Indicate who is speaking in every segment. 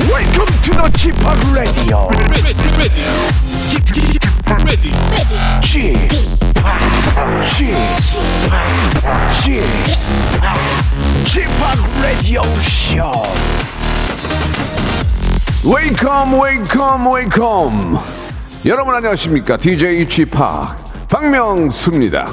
Speaker 1: to the Chip Radio.
Speaker 2: ready, ready, Keep- keep- keep ready.
Speaker 1: Chip, Chip, Chip, Chip Radio Show.
Speaker 3: 웨이컴 웨이컴 웨이컴 여러분 안녕하십니까 DJ 지팍 박명수입니다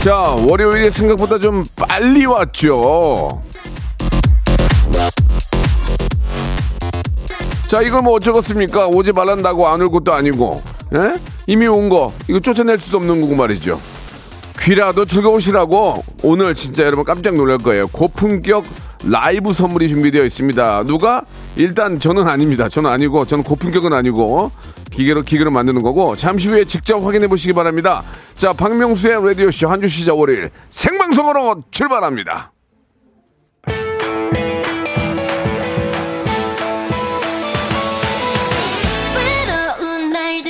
Speaker 3: 자 월요일에 생각보다 좀 빨리 왔죠 자 이걸 뭐 어쩌겠습니까 오지 말란다고 안 올 것도 아니고 예? 이미 온 거 이거 쫓아낼 수 없는 거고 말이죠 귀라도 즐거우시라고 오늘 진짜 여러분 깜짝 놀랄 거예요. 고품격 라이브 선물이 준비되어 있습니다. 누가? 일단 저는 아닙니다. 저는 아니고 저는 고품격은 아니고 기계로 기계로 만드는 거고 잠시 후에 직접 확인해 보시기 바랍니다. 자, 박명수의 라디오 쇼 한 주 시작 월요일 생방송으로 출발합니다.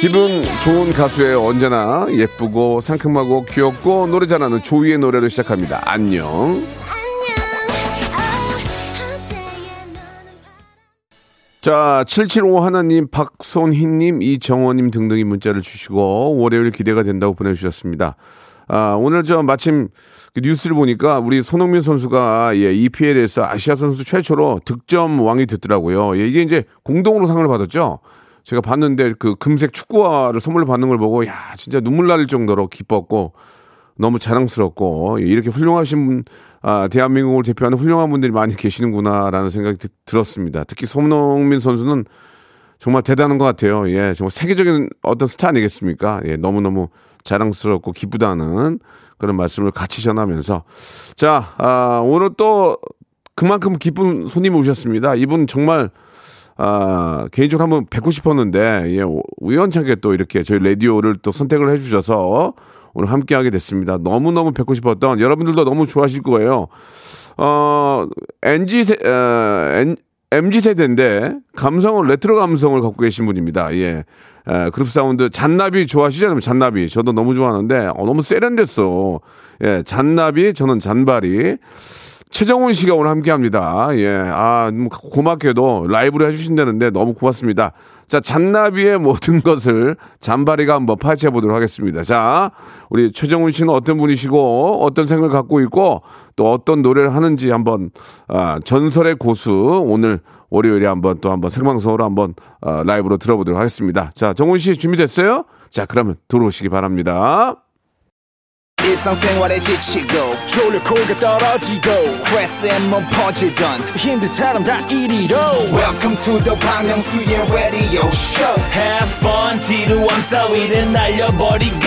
Speaker 3: 기분 좋은 가수예요. 언제나 예쁘고 상큼하고 귀엽고 노래 잘하는 조이의 노래로 시작합니다. 안녕. 어, 자, 775 하나님, 박손희님, 이정원님 등등이 문자를 주시고 월요일 기대가 된다고 보내주셨습니다. 아, 오늘 저 마침 그 뉴스를 보니까 우리 손흥민 선수가 예, EPL에서 아시아 선수 최초로 득점 왕이 됐더라고요. 예, 이게 이제 공동으로 상을 받았죠. 제가 봤는데 그 금색 축구화를 선물로 받는 걸 보고 야 진짜 눈물 날 정도로 기뻤고 너무 자랑스럽고 이렇게 훌륭하신 분, 아, 대한민국을 대표하는 훌륭한 분들이 많이 계시는구나라는 생각이 드- 들었습니다. 특히 손흥민 선수는 정말 대단한 것 같아요. 예, 정말 세계적인 어떤 스타 아니겠습니까? 예, 너무너무 자랑스럽고 기쁘다는 그런 말씀을 같이 전하면서 자, 아, 오늘 또 그만큼 기쁜 손님 오셨습니다. 이분 정말 아, 개인적으로 한번 뵙고 싶었는데, 예, 우- 우연찮게 또 이렇게 저희 라디오를 또 선택을 해주셔서 오늘 함께하게 됐습니다. 너무너무 뵙고 싶었던 여러분들도 너무 좋아하실 거예요. 어, NG 세, 어, N, MG 세대인데 감성은 레트로 감성을 갖고 계신 분입니다. 예. 에, 그룹 사운드 잔나비 좋아하시잖아요. 잔나비. 저도 너무 좋아하는데 어, 너무 세련됐어. 예. 잔나비 저는 잔바리. 최정훈 씨가 오늘 함께 합니다. 예. 아, 뭐 고맙게도 라이브로 해주신다는데 너무 고맙습니다. 자, 잔나비의 모든 것을 잔바리가 한번 파헤쳐 보도록 하겠습니다. 자, 우리 최정훈 씨는 어떤 분이시고 어떤 생각을 갖고 있고 또 어떤 노래를 하는지 한번 아, 전설의 고수 오늘 월요일에 한번 또 한번 생방송으로 한번 어, 라이브로 들어보도록 하겠습니다. 자, 정훈 씨 준비됐어요? 자, 그러면 들어오시기 바랍니다.
Speaker 4: 일상생활에 지치고, 졸려 코가 떨어지고, 스트레스에 몸 퍼지던, 힘든 사람 다 이리로. welcome to the Bang Myung-soo's radio show
Speaker 2: Have fun, 지루함 따위를 날려버리고.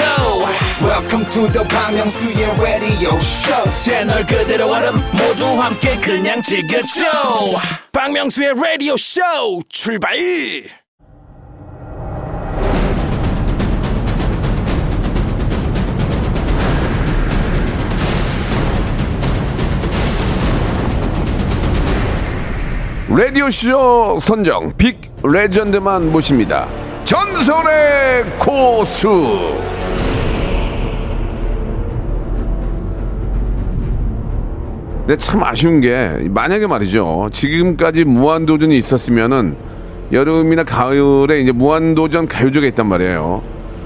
Speaker 4: welcome to the Bang Myung-soo's radio show
Speaker 2: 채널 그대로 얼음 모두 함께 그냥 즐겨줘.
Speaker 1: 박명수의 라디오 쇼 출발.
Speaker 3: 라디오쇼 선정 빅 레전드만 모십니다. 전설의 고수! 근데 참 아쉬운 게 만약에 말이죠. 지금까지 무한도전이 있었으면은 여름이나 가을에 이제 무한도전 가요제가 있단 말이에요.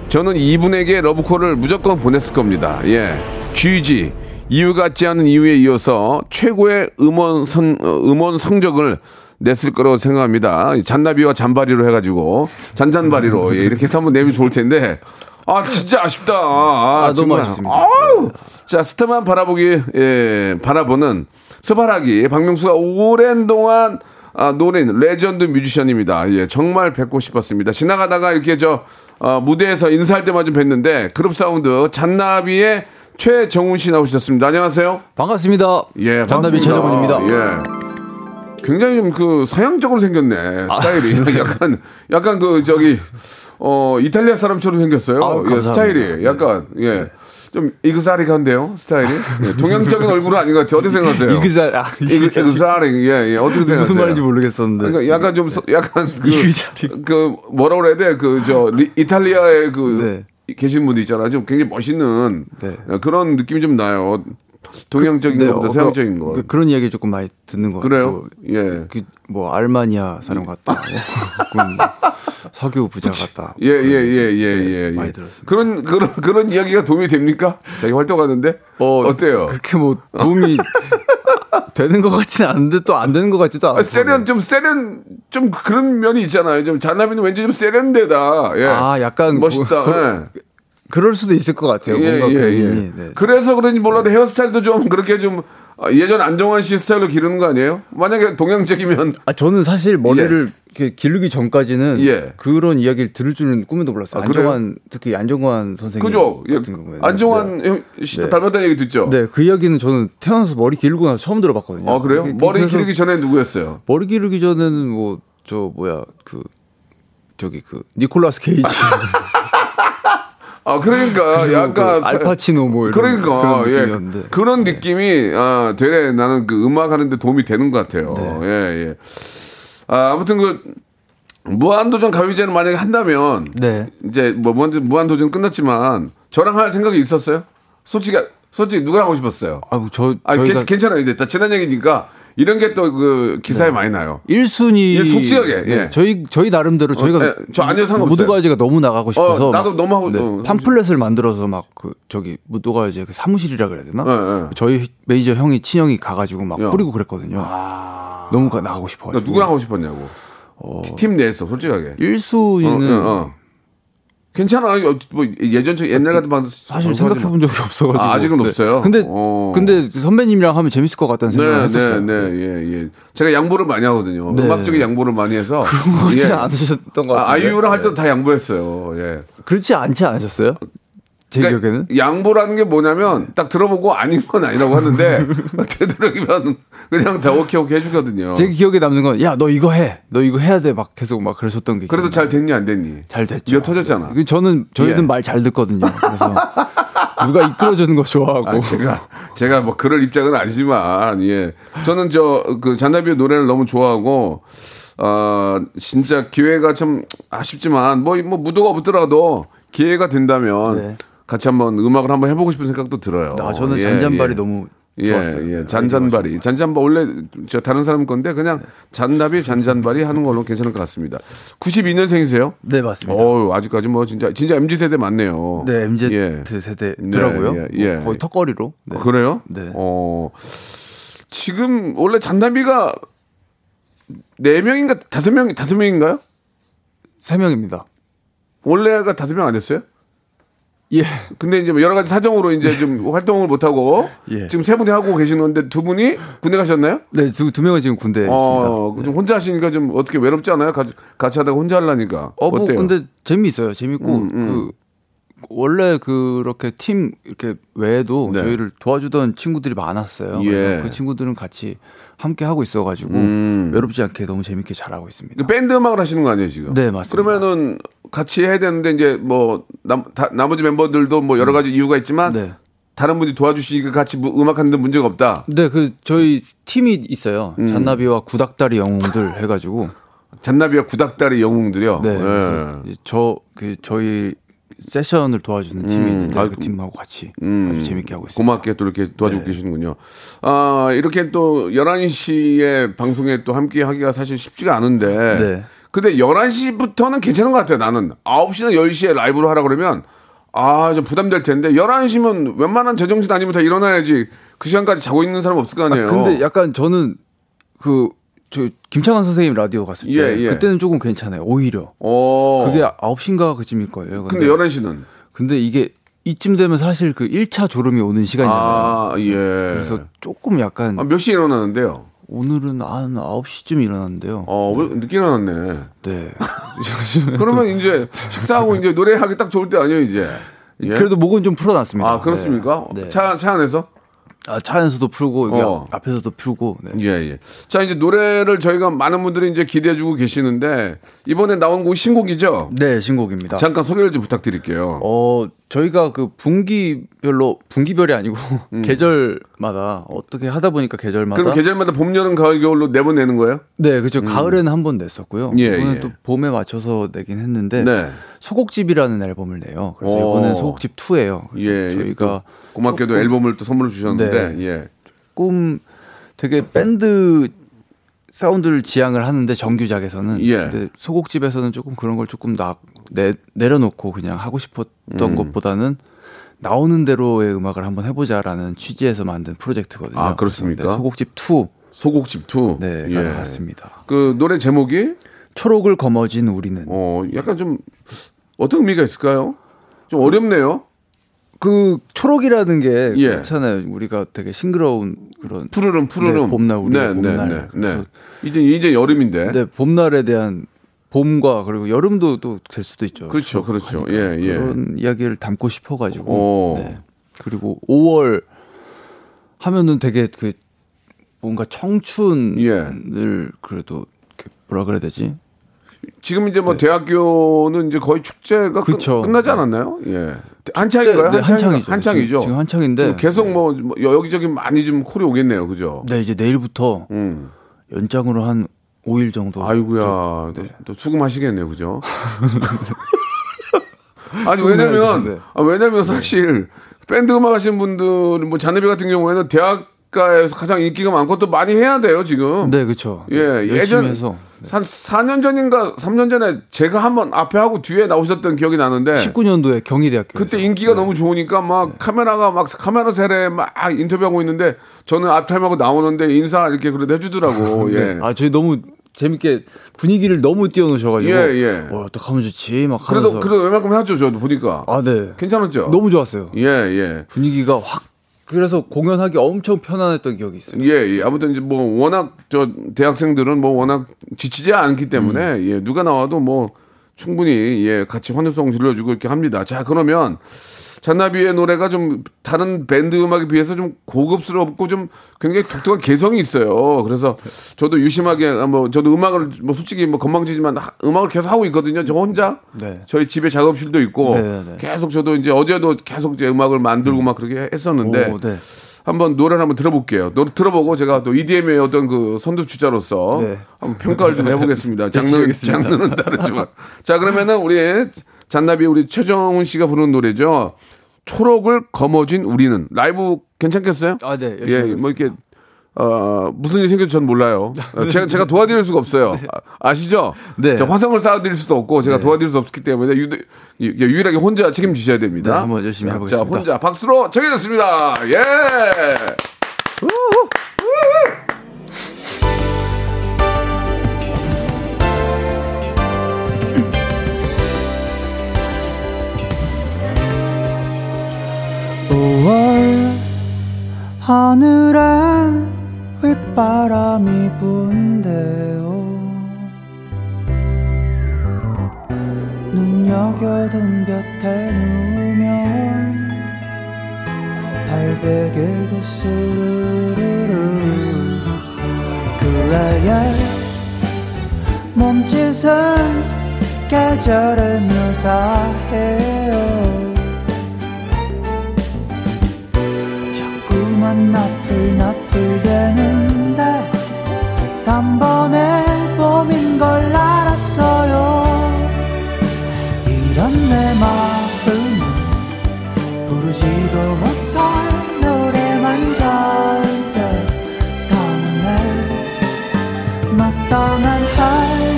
Speaker 3: 저는 이분에게 러브콜을 무조건 보냈을 겁니다. 예. GG 이유 같지 않은 이유에 이어서 최고의 음원 선 어, 음원 성적을 냈을 거라고 생각합니다. 잔나비와 잔바리로 해가지고 잔잔바리로 예, 이렇게 해서 한번 내면 좋을 텐데 아 진짜 아쉽다. 아,
Speaker 5: 너무
Speaker 3: 정말.
Speaker 5: 아쉽습니다.
Speaker 3: 아우! 자, 스타만 바라보기, 예, 바라보는 스바라기. 박명수가 오랜 동안 아, 노래인 레전드 뮤지션입니다. 예, 정말 뵙고 싶었습니다. 지나가다가 이렇게 저, 어, 무대에서 인사할 때만 좀 뵀는데, 그룹 사운드 잔나비의 최정훈 씨 나오셨습니다. 안녕하세요.
Speaker 5: 반갑습니다.
Speaker 3: 예,
Speaker 5: 잔나비
Speaker 3: 반갑습니다.
Speaker 5: 최정훈입니다.
Speaker 3: 예. 굉장히 좀 그 서양적으로 생겼네
Speaker 5: 아,
Speaker 3: 스타일이 약간 약간 그 저기 어 이탈리아 사람처럼 생겼어요.
Speaker 5: 아우,
Speaker 3: 예,
Speaker 5: 감사합니다. 네.
Speaker 3: 스타일이 약간 예. 좀 이그사리한데요 스타일이 예, 동양적인 얼굴은 아닌 것 같아요. 어떻게 생각하세요?
Speaker 5: 이그잘 아,
Speaker 3: 이그-
Speaker 5: 이그잘
Speaker 3: 이그사리 예, 예. 어떻게 생각하세요?
Speaker 5: 무슨 말인지 모르겠었는데.
Speaker 3: 그러니까 약간 좀 서- 약간 그,
Speaker 5: 네. 이그사리.
Speaker 3: 그 뭐라 그래야 돼? 그 저 이탈리아의 그
Speaker 5: 네.
Speaker 3: 계신 분들 있잖아요. 좀 굉장히 멋있는
Speaker 5: 네.
Speaker 3: 어, 그런 느낌이 좀 나요. 동양적인
Speaker 5: 네,
Speaker 3: 것보다
Speaker 5: 어,
Speaker 3: 서양적인
Speaker 5: 그-
Speaker 3: 것.
Speaker 5: 그, 그런 이야기 조금 많이 듣는 것
Speaker 3: 그래요?
Speaker 5: 같고
Speaker 3: 예.
Speaker 5: 그뭐 알마니아 사람 같다 뭐, 혹은 뭐 석유 부자 같다
Speaker 3: 예, 예, 예, 예, 예. 예.
Speaker 5: 그, 네, 많이 들었습니다.
Speaker 3: 그런, 그런, 그런 이야기가 도움이 됩니까? 자기 활동하는데? 어, 어때요?
Speaker 5: 그렇게 뭐 도움이 되는 것 같지는 않은데 또 안 되는 것 같지도 않고
Speaker 3: 아, 세련, 좀 세련, 좀 그런 면이 있잖아요. 좀 잔나비는 왠지 좀 세련되다. 예.
Speaker 5: 아, 약간
Speaker 3: 멋있다.
Speaker 5: 그-
Speaker 3: 예.
Speaker 5: 그럴 수도 있을 것 같아요
Speaker 3: 예,
Speaker 5: 뭔가
Speaker 3: 예,
Speaker 5: 괜히
Speaker 3: 예.
Speaker 5: 네.
Speaker 3: 그래서 그런지 몰라도 헤어스타일도 좀 그렇게 좀 아, 예전 안정환 씨 스타일로 기르는 거 아니에요? 만약에 동양적이면
Speaker 5: 아 저는 사실 머리를 이렇게 기르기 전까지는
Speaker 3: 예.
Speaker 5: 그런 이야기를 들을 줄은 꿈에도 몰랐어요.
Speaker 3: 아, 그래요?
Speaker 5: 안정환 특히 안정환 선생님
Speaker 3: 그죠? 예.
Speaker 5: 같은 경우에
Speaker 3: 안정환 형- 씨
Speaker 5: 네.
Speaker 3: 닮았다는 얘기 듣죠?
Speaker 5: 네, 그 이야기는 저는 태어나서 머리 기르고 나서 처음 들어봤거든요.
Speaker 3: 아 그래요?
Speaker 5: 그- 그-
Speaker 3: 머리
Speaker 5: 그래서
Speaker 3: 기르기 전에 누구였어요?
Speaker 5: 머리 기르기 전에는 뭐 저 뭐야 그 저기 그 니콜라스 케이지
Speaker 3: 아 그러니까
Speaker 5: 그리고
Speaker 3: 약간
Speaker 5: 그 알파치노 뭐 이런
Speaker 3: 그러니까
Speaker 5: 그런
Speaker 3: 그런 예
Speaker 5: 느낌이었는데. 네.
Speaker 3: 그런 느낌이 아 되레 나는 그 음악 하는데 도움이 되는 것 같아요.
Speaker 5: 네.
Speaker 3: 예 예. 아 아무튼 그 무한도전 가요제는 만약에 한다면
Speaker 5: 네.
Speaker 3: 이제 뭐 무한 무한도전 끝났지만 저랑 할 생각이 있었어요? 솔직히 솔직히 누가 하고 싶었어요?
Speaker 5: 아저
Speaker 3: 아
Speaker 5: 저희가
Speaker 3: 괜- 괜찮아요. 이제 다 지난 얘기니까 이런 게 또 그
Speaker 5: 네.
Speaker 3: 기사에 많이 나요.
Speaker 5: 1순위 네,
Speaker 3: 예, 솔직하게, 예.
Speaker 5: 저희 저희 나름대로 저희가
Speaker 3: 예, 저 아니요, 상관없어요.
Speaker 5: 무도가요제가 너무 나가고 싶어서
Speaker 3: 나도
Speaker 5: 막, 네,
Speaker 3: 너무 하고- 어,
Speaker 5: 팜플렛을 만들어서 막 그 저기 무도가요제 그 사무실이라 그래야 되나
Speaker 3: 예, 예.
Speaker 5: 저희 매니저 형이 친형이 가가지고 막
Speaker 3: 야.
Speaker 5: 뿌리고 그랬거든요 너무 가- 나가고 싶어
Speaker 3: 아. 그러니까 누구랑 하고 싶었냐고.
Speaker 5: 어.
Speaker 3: 팀 내에서 솔직하게.
Speaker 5: 1순위는
Speaker 3: 어, 어, 어. 괜찮아. 요뭐 예전처럼 옛날 같은 방
Speaker 5: 사실 생각해 본 적이 없어가지고
Speaker 3: 어, 아, 아직은
Speaker 5: 네.
Speaker 3: 없어요?
Speaker 5: 근데
Speaker 3: 어.
Speaker 5: 근데 선배님이랑 하면 재밌을 것 같다는 생각을
Speaker 3: 네, 네,
Speaker 5: 했었어요.
Speaker 3: 네, 예, 예. 제가 양보를 많이 하거든요.
Speaker 5: 네.
Speaker 3: 음악적인 양보를 많이 해서.
Speaker 5: 그런 거 같지
Speaker 3: 예.
Speaker 5: 않으셨던 것 네. 같아요.
Speaker 3: 아, 아이유랑 할 때도 다 양보했어요. 예.
Speaker 5: 그렇지 않지 않으셨어요? 제그 기억에는
Speaker 3: 그러니까 양보라는 게 뭐냐면 딱 들어보고 아닌 건 아니라고 하는데 되도록이면 그냥 다 오케이 오케이 해주거든요.
Speaker 5: 제 기억에 남는 건 야 너 이거 해, 너 이거 해야 돼 막 계속 막 그러셨던 게
Speaker 3: 그래도
Speaker 5: 기억나요.
Speaker 3: 잘 됐니 안 됐니?
Speaker 5: 잘 됐죠.
Speaker 3: 몇 터졌잖아.
Speaker 5: 그 저는 저희는
Speaker 3: 예.
Speaker 5: 말 잘 듣거든요. 그래서 누가 이끌어주는 거 좋아하고
Speaker 3: 아, 제가 제가 뭐 그럴 입장은 아니지만 예 저는 저 그 잔나비의 노래를 너무 좋아하고 어 진짜 기회가 참 아쉽지만 뭐 뭐 무도가 없더라도 기회가 된다면
Speaker 5: 네.
Speaker 3: 같이 한번 음악을 한번 해보고 싶은 생각도 들어요.
Speaker 5: 아, 저는
Speaker 3: 예,
Speaker 5: 잔잔발이
Speaker 3: 예.
Speaker 5: 너무
Speaker 3: 예,
Speaker 5: 좋았어요.
Speaker 3: 예, 잔잔발이. 잔잔발 원래 저 다른 사람 건데 그냥 잔나비 잔잔발이 하는 걸로 괜찮을 것 같습니다. 92년생이세요?
Speaker 5: 네 맞습니다.
Speaker 3: 어우, 아직까지 뭐 진짜 진짜 MZ 세대 맞네요.
Speaker 5: 네 MZ
Speaker 3: 예.
Speaker 5: 세대더라고요.
Speaker 3: 예, 예, 예.
Speaker 5: 뭐 거의 턱걸이로. 네.
Speaker 3: 아, 그래요?
Speaker 5: 네.
Speaker 3: 어, 지금 원래 잔담비가 네 명인가 다섯 명 다섯 명인가요?
Speaker 5: 세 명입니다.
Speaker 3: 원래가 다섯 명 아니었어요?
Speaker 5: 예.
Speaker 3: 근데 이제 뭐 여러 가지 사정으로 이제 좀 활동을 못 하고
Speaker 5: 예.
Speaker 3: 지금 세 분이 하고 계신 건데 두 분이 군대 가셨나요?
Speaker 5: 네, 두, 두 명은 지금 군대에 있습니다. 네.
Speaker 3: 어, 좀 혼자 하시니까 좀 어떻게 외롭지 않아요? 같이, 같이 하다가 혼자 하려니까.
Speaker 5: 어, 뭐
Speaker 3: 어때요? 음,
Speaker 5: 근데 재미있어요. 재밌고 그 원래 그렇게 팀 이렇게 외에도
Speaker 3: 네.
Speaker 5: 저희를 도와주던 친구들이 많았어요.
Speaker 3: 예.
Speaker 5: 그래서 그 친구들은 같이 함께 하고 있어가지고
Speaker 3: 음.
Speaker 5: 외롭지 않게 너무 재밌게 잘하고 있습니다.
Speaker 3: 그 밴드 음악을 하시는 거 아니에요 지금?
Speaker 5: 네, 맞습니다.
Speaker 3: 그러면은 같이 해야 되는데 이제 뭐 남, 다, 나머지 멤버들도 뭐 여러 가지 이유가 있지만
Speaker 5: 음. 네.
Speaker 3: 다른 분이 도와주시니까 같이 무- 음악하는 데 문제가 없다.
Speaker 5: 네, 그 저희 팀이 있어요.
Speaker 3: 음.
Speaker 5: 잔나비와 구닥다리 영웅들 해가지고
Speaker 3: 잔나비와 구닥다리 영웅들이요.
Speaker 5: 네,
Speaker 3: 예.
Speaker 5: 그래서 이제 저, 그 저희 세션을 도와주는 팀이 있는데
Speaker 3: 음. 아이고. 음.
Speaker 5: 그 팀하고 같이 아주 재밌게 하고 있습니다.
Speaker 3: 고맙게 또 이렇게 도와주고
Speaker 5: 네.
Speaker 3: 계시는군요. 아, 이렇게 또 11시에 방송에 또 함께 하기가 사실 쉽지가 않은데.
Speaker 5: 네.
Speaker 3: 근데 11시부터는 괜찮은 것 같아요, 나는. 9시나 10시에 라이브로 하라 그러면, 아, 좀 부담될 텐데, 11시면 웬만한 제정신 아니면 다 일어나야지. 그 시간까지 자고 있는 사람 없을 거 아니에요.
Speaker 5: 근데 약간 저는 그 저 김창완 선생님 라디오 갔을 때
Speaker 3: 예, 예.
Speaker 5: 그때는 조금 괜찮아요. 오히려
Speaker 3: 어.
Speaker 5: 그게 아- 네. 9시인가 그쯤일 거예요.
Speaker 3: 근데
Speaker 5: 근데,
Speaker 3: 11시는.
Speaker 5: 근데 이게 이쯤 되면 사실 그 1차 졸음이 오는 시간이잖아요.
Speaker 3: 아, 예.
Speaker 5: 그래서 조금 약간
Speaker 3: 아, 몇 시에 일어나는데요?
Speaker 5: 오늘은 한 9시쯤 일어났는데요.
Speaker 3: 어, 왜 늦게 일어났네.
Speaker 5: 네.
Speaker 3: 그러면 이제 식사하고 이제 노래하기 딱 좋을 때 아니에요, 이제. 예?
Speaker 5: 그래도 목은 좀 풀어놨습니다.
Speaker 3: 아 그렇습니까?
Speaker 5: 네. 네.
Speaker 3: 차 차 안에서
Speaker 5: 아, 차 안에서도 풀고 여기
Speaker 3: 어.
Speaker 5: 앞에서도 풀고 네.
Speaker 3: 예 예. 자 이제 노래를 저희가 많은 분들이 이제 기대해주고 계시는데 이번에 나온 곡 신곡이죠.
Speaker 5: 네, 신곡입니다.
Speaker 3: 잠깐 소개를 좀 부탁드릴게요.
Speaker 5: 어, 저희가 그 분기별로 분기별이 아니고 계절마다 어떻게 하다 보니까
Speaker 3: 음.
Speaker 5: 계절마다
Speaker 3: 그럼 계절마다 봄, 여름, 가을, 겨울로 내보내는 거예요?
Speaker 5: 네 그죠 가을에는 한 번 냈었고요
Speaker 3: 음. 예,
Speaker 5: 이번엔
Speaker 3: 예.
Speaker 5: 또 봄에 맞춰서 내긴 했는데
Speaker 3: 네.
Speaker 5: 소곡집이라는 앨범을 내요 그래서
Speaker 3: 오.
Speaker 5: 이번엔 소곡집 2예요 그래서
Speaker 3: 예,
Speaker 5: 저희가
Speaker 3: 또 고맙게도 앨범을 또 선물을 주셨는데
Speaker 5: 네.
Speaker 3: 예.
Speaker 5: 꿈 되게 밴드 사운드를 지향을 하는데 정규작에서는
Speaker 3: 예.
Speaker 5: 근데 소곡집에서는 조금 그런 걸 조금 나, 내, 내려놓고 그냥 하고 싶었던
Speaker 3: 음.
Speaker 5: 것보다는 나오는 대로의 음악을 한번 해보자라는 취지에서 만든 프로젝트거든요.
Speaker 3: 아, 그렇습니까? 예.
Speaker 5: 그래서 네, 소곡집 2
Speaker 3: 소곡집 투.
Speaker 5: 네, 가 나왔습니다.
Speaker 3: 그 노래 제목이
Speaker 5: 초록을 거머쥔 우리는
Speaker 3: 어 약간 좀 어떤 의미가 있을까요? 좀 어렵네요.
Speaker 5: 그 초록이라는 게
Speaker 3: 예.
Speaker 5: 그렇잖아요. 우리가 되게 싱그러운 그런
Speaker 3: 푸르름 푸르름
Speaker 5: 네, 봄날 우리
Speaker 3: 네, 네,
Speaker 5: 봄날.
Speaker 3: 네, 네.
Speaker 5: 그래서 네.
Speaker 3: 이제 이제 여름인데.
Speaker 5: 근데 봄날에 대한 봄과 그리고 여름도 또 될 수도 있죠.
Speaker 3: 그렇죠, 그렇죠. 예, 예.
Speaker 5: 그런 이야기를 담고
Speaker 3: 오.
Speaker 5: 싶어가지고 네. 그리고 5월 하면은 되게 그 뭔가 청춘을
Speaker 3: 예.
Speaker 5: 그래도 이렇게 뭐라 그래야 되지?
Speaker 3: 지금 이제 뭐 대학교는 이제 거의 축제가 끝,
Speaker 5: 네. 그쵸.
Speaker 3: 나지
Speaker 5: 네.
Speaker 3: 않았나요? 예. 한창인가요?
Speaker 5: 네,
Speaker 3: 한창이죠.
Speaker 5: 한창이죠.
Speaker 3: 한창이죠.
Speaker 5: 지금- 지금 한창인데.
Speaker 3: 지금 계속 뭐, 뭐 여기저기 많이 좀 콜이 오겠네요. 그죠?
Speaker 5: 네 이제 내일부터
Speaker 3: 음.
Speaker 5: 연장으로 한 5일 정도.
Speaker 3: 아이고야.
Speaker 5: 네.
Speaker 3: 또- 또 수금하시겠네요. 그죠? 아니, 왜냐면,
Speaker 5: 네.
Speaker 3: 아, 왜냐면 사실 밴드 음악 하시는 분들, 뭐 잔네비 같은 경우에는 대학가에서 가장 인기가 많고 또 많이 해야 돼요. 지금.
Speaker 5: 네 그렇죠.
Speaker 3: 예,
Speaker 5: 열심히
Speaker 3: 예전
Speaker 5: 해서 네.
Speaker 3: 한 4년 전인가 3년 전에 제가 한번 앞에 하고 뒤에 나오셨던 기억이 나는데
Speaker 5: 19년도에 경희대학교.
Speaker 3: 예. 그때 인기가
Speaker 5: 네.
Speaker 3: 너무 좋으니까 막 카메라가 막 카메라 세례 막 인터뷰하고 있는데 저는 앞타임하고 나오는데 인사 이렇게 그래도 해주더라고. 예.
Speaker 5: 아 저희 너무 재밌게 분위기를 너무 띄워놓으셔가지고
Speaker 3: 예, 예.
Speaker 5: 어, 어떡하면 좋지 막
Speaker 3: 그래도
Speaker 5: 하면서
Speaker 3: 그래도 웬만큼 해왔죠 저도 보니까.
Speaker 5: 아네
Speaker 3: 괜찮았죠.
Speaker 5: 너무 좋았어요
Speaker 3: 예 예.
Speaker 5: 분위기가 확 그래서 공연하기 엄청 편안했던 기억이 있어요
Speaker 3: 예, 예. 아무튼 이제 뭐 워낙 저 대학생들은 뭐 워낙 지치지 않기 때문에
Speaker 5: 음.
Speaker 3: 예, 누가 나와도 뭐 충분히 예, 같이 환호성 질러주고 이렇게 합니다. 자, 그러면 잔나비의 노래가 좀 다른 밴드 음악에 비해서 좀 고급스럽고 좀 굉장히 독특한 개성이 있어요. 그래서 저도 유심하게 아, 뭐 저도 음악을 뭐 솔직히 뭐 건방지지만 하- 음악을 계속 하고 있거든요. 저 혼자
Speaker 5: 네.
Speaker 3: 저희 집에 작업실도 있고
Speaker 5: 네, 네, 네.
Speaker 3: 계속 저도 이제 어제도 계속 이제 음악을 만들고 막 그렇게 했었는데
Speaker 5: 오, 네.
Speaker 3: 한번 노래를 한번 들어볼게요. 노래 들어보고 제가 또 EDM의 어떤 그 선두주자로서
Speaker 5: 네.
Speaker 3: 한번 평가를 좀 해보겠습니다. 장르는,
Speaker 5: 알겠습니다.
Speaker 3: 장르는 다르지만. 자, 그러면은 우리 잔나비 우리 최정훈 씨가 부르는 노래죠. 초록을 거머쥔 우리는. 라이브 괜찮겠어요?
Speaker 5: 아, 네. 열심히
Speaker 3: 예, 뭐
Speaker 5: 하겠습니다.
Speaker 3: 이렇게. 어, 무슨 일이 생겨도 전 몰라요. 어, 제가, 제가 도와드릴 수가 없어요. 아, 시죠
Speaker 5: 네.
Speaker 3: 화성을 쌓아드릴 수도 없고, 제가 도와드릴 수 없기 때문에 유, 일하게 혼자 책임지셔야 됩니다.
Speaker 5: 네, 한번 열심히
Speaker 3: 자,
Speaker 5: 해보겠습니다.
Speaker 3: 자, 혼자 박수로 정해졌습니다. 예!
Speaker 6: 월 하늘엔 윗바람이 분대요 눈여겨둔 볕에 누우면 발베개도 스르르르 그래야 몸짓은 계절을 묘사해요 자꾸만 나풀 나풀 되는데 단번에 봄인 걸 알았어요 이런 내 마음은 부르지도 못할 노래만 잘때 다음날 마땅한 할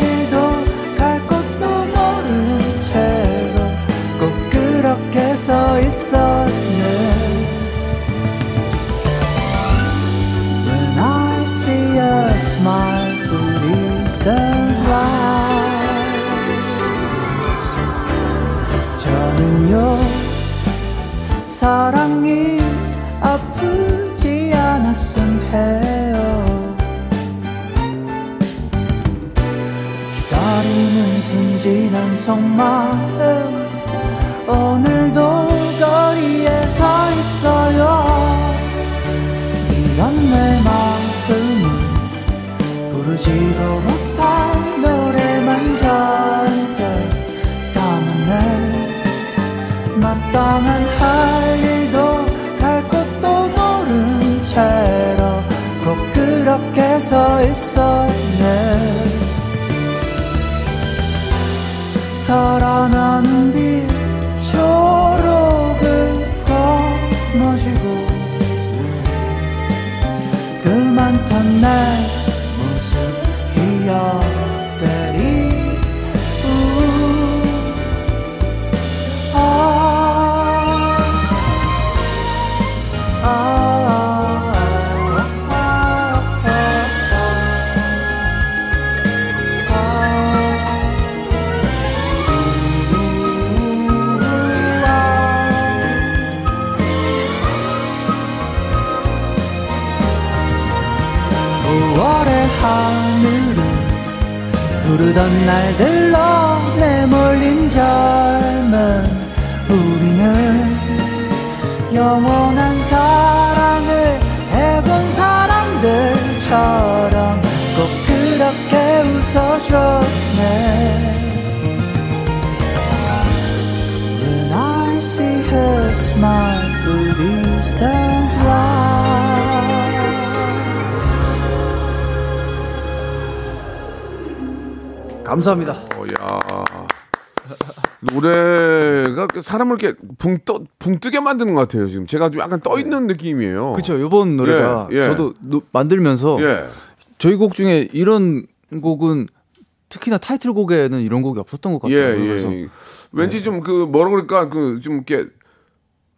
Speaker 6: 일도 갈 곳도 모른 채로 꼭 그렇게 서 있었네 When I see a smile, please don't lie. 저는요, 사랑이 아프지 않았음 해요. 기다리는 순진한 속마음, 오늘도 거리에 서 있어요. 이런 내 마음은 부르지도 못할 노래만 절대 담아내 마땅한 있었네 달아난 빛 초록을 거머쥐고 그만 탄내 모습 기억들이 우- 아, 아, 아, 아, 아, 아, 아. 오월의 하늘은 부르던 날들로 내몰린 젊은 우리는 영원한 사랑을 해본 사람들처럼 꼭 그렇게 웃어줬네 When I see her smile through these dark lights.
Speaker 7: 감사합니다.
Speaker 3: 어, 야. 노래가 사람을 이렇게 붕, 떠, 붕 뜨게 만드는 것 같아요, 지금. 제가 좀 약간 떠 있는 느낌이에요.
Speaker 5: 네. 그렇죠. 이번 노래가
Speaker 3: 예, 예.
Speaker 5: 저도 노- 만들면서
Speaker 3: 예.
Speaker 5: 저희 곡 중에 이런 곡은 특히나 타이틀곡에는 이런 곡이 없었던 것
Speaker 3: 예,
Speaker 5: 같아요. 그래서 네.
Speaker 3: 예. 왠지 좀 그 뭐라 그럴까 그 좀 이렇게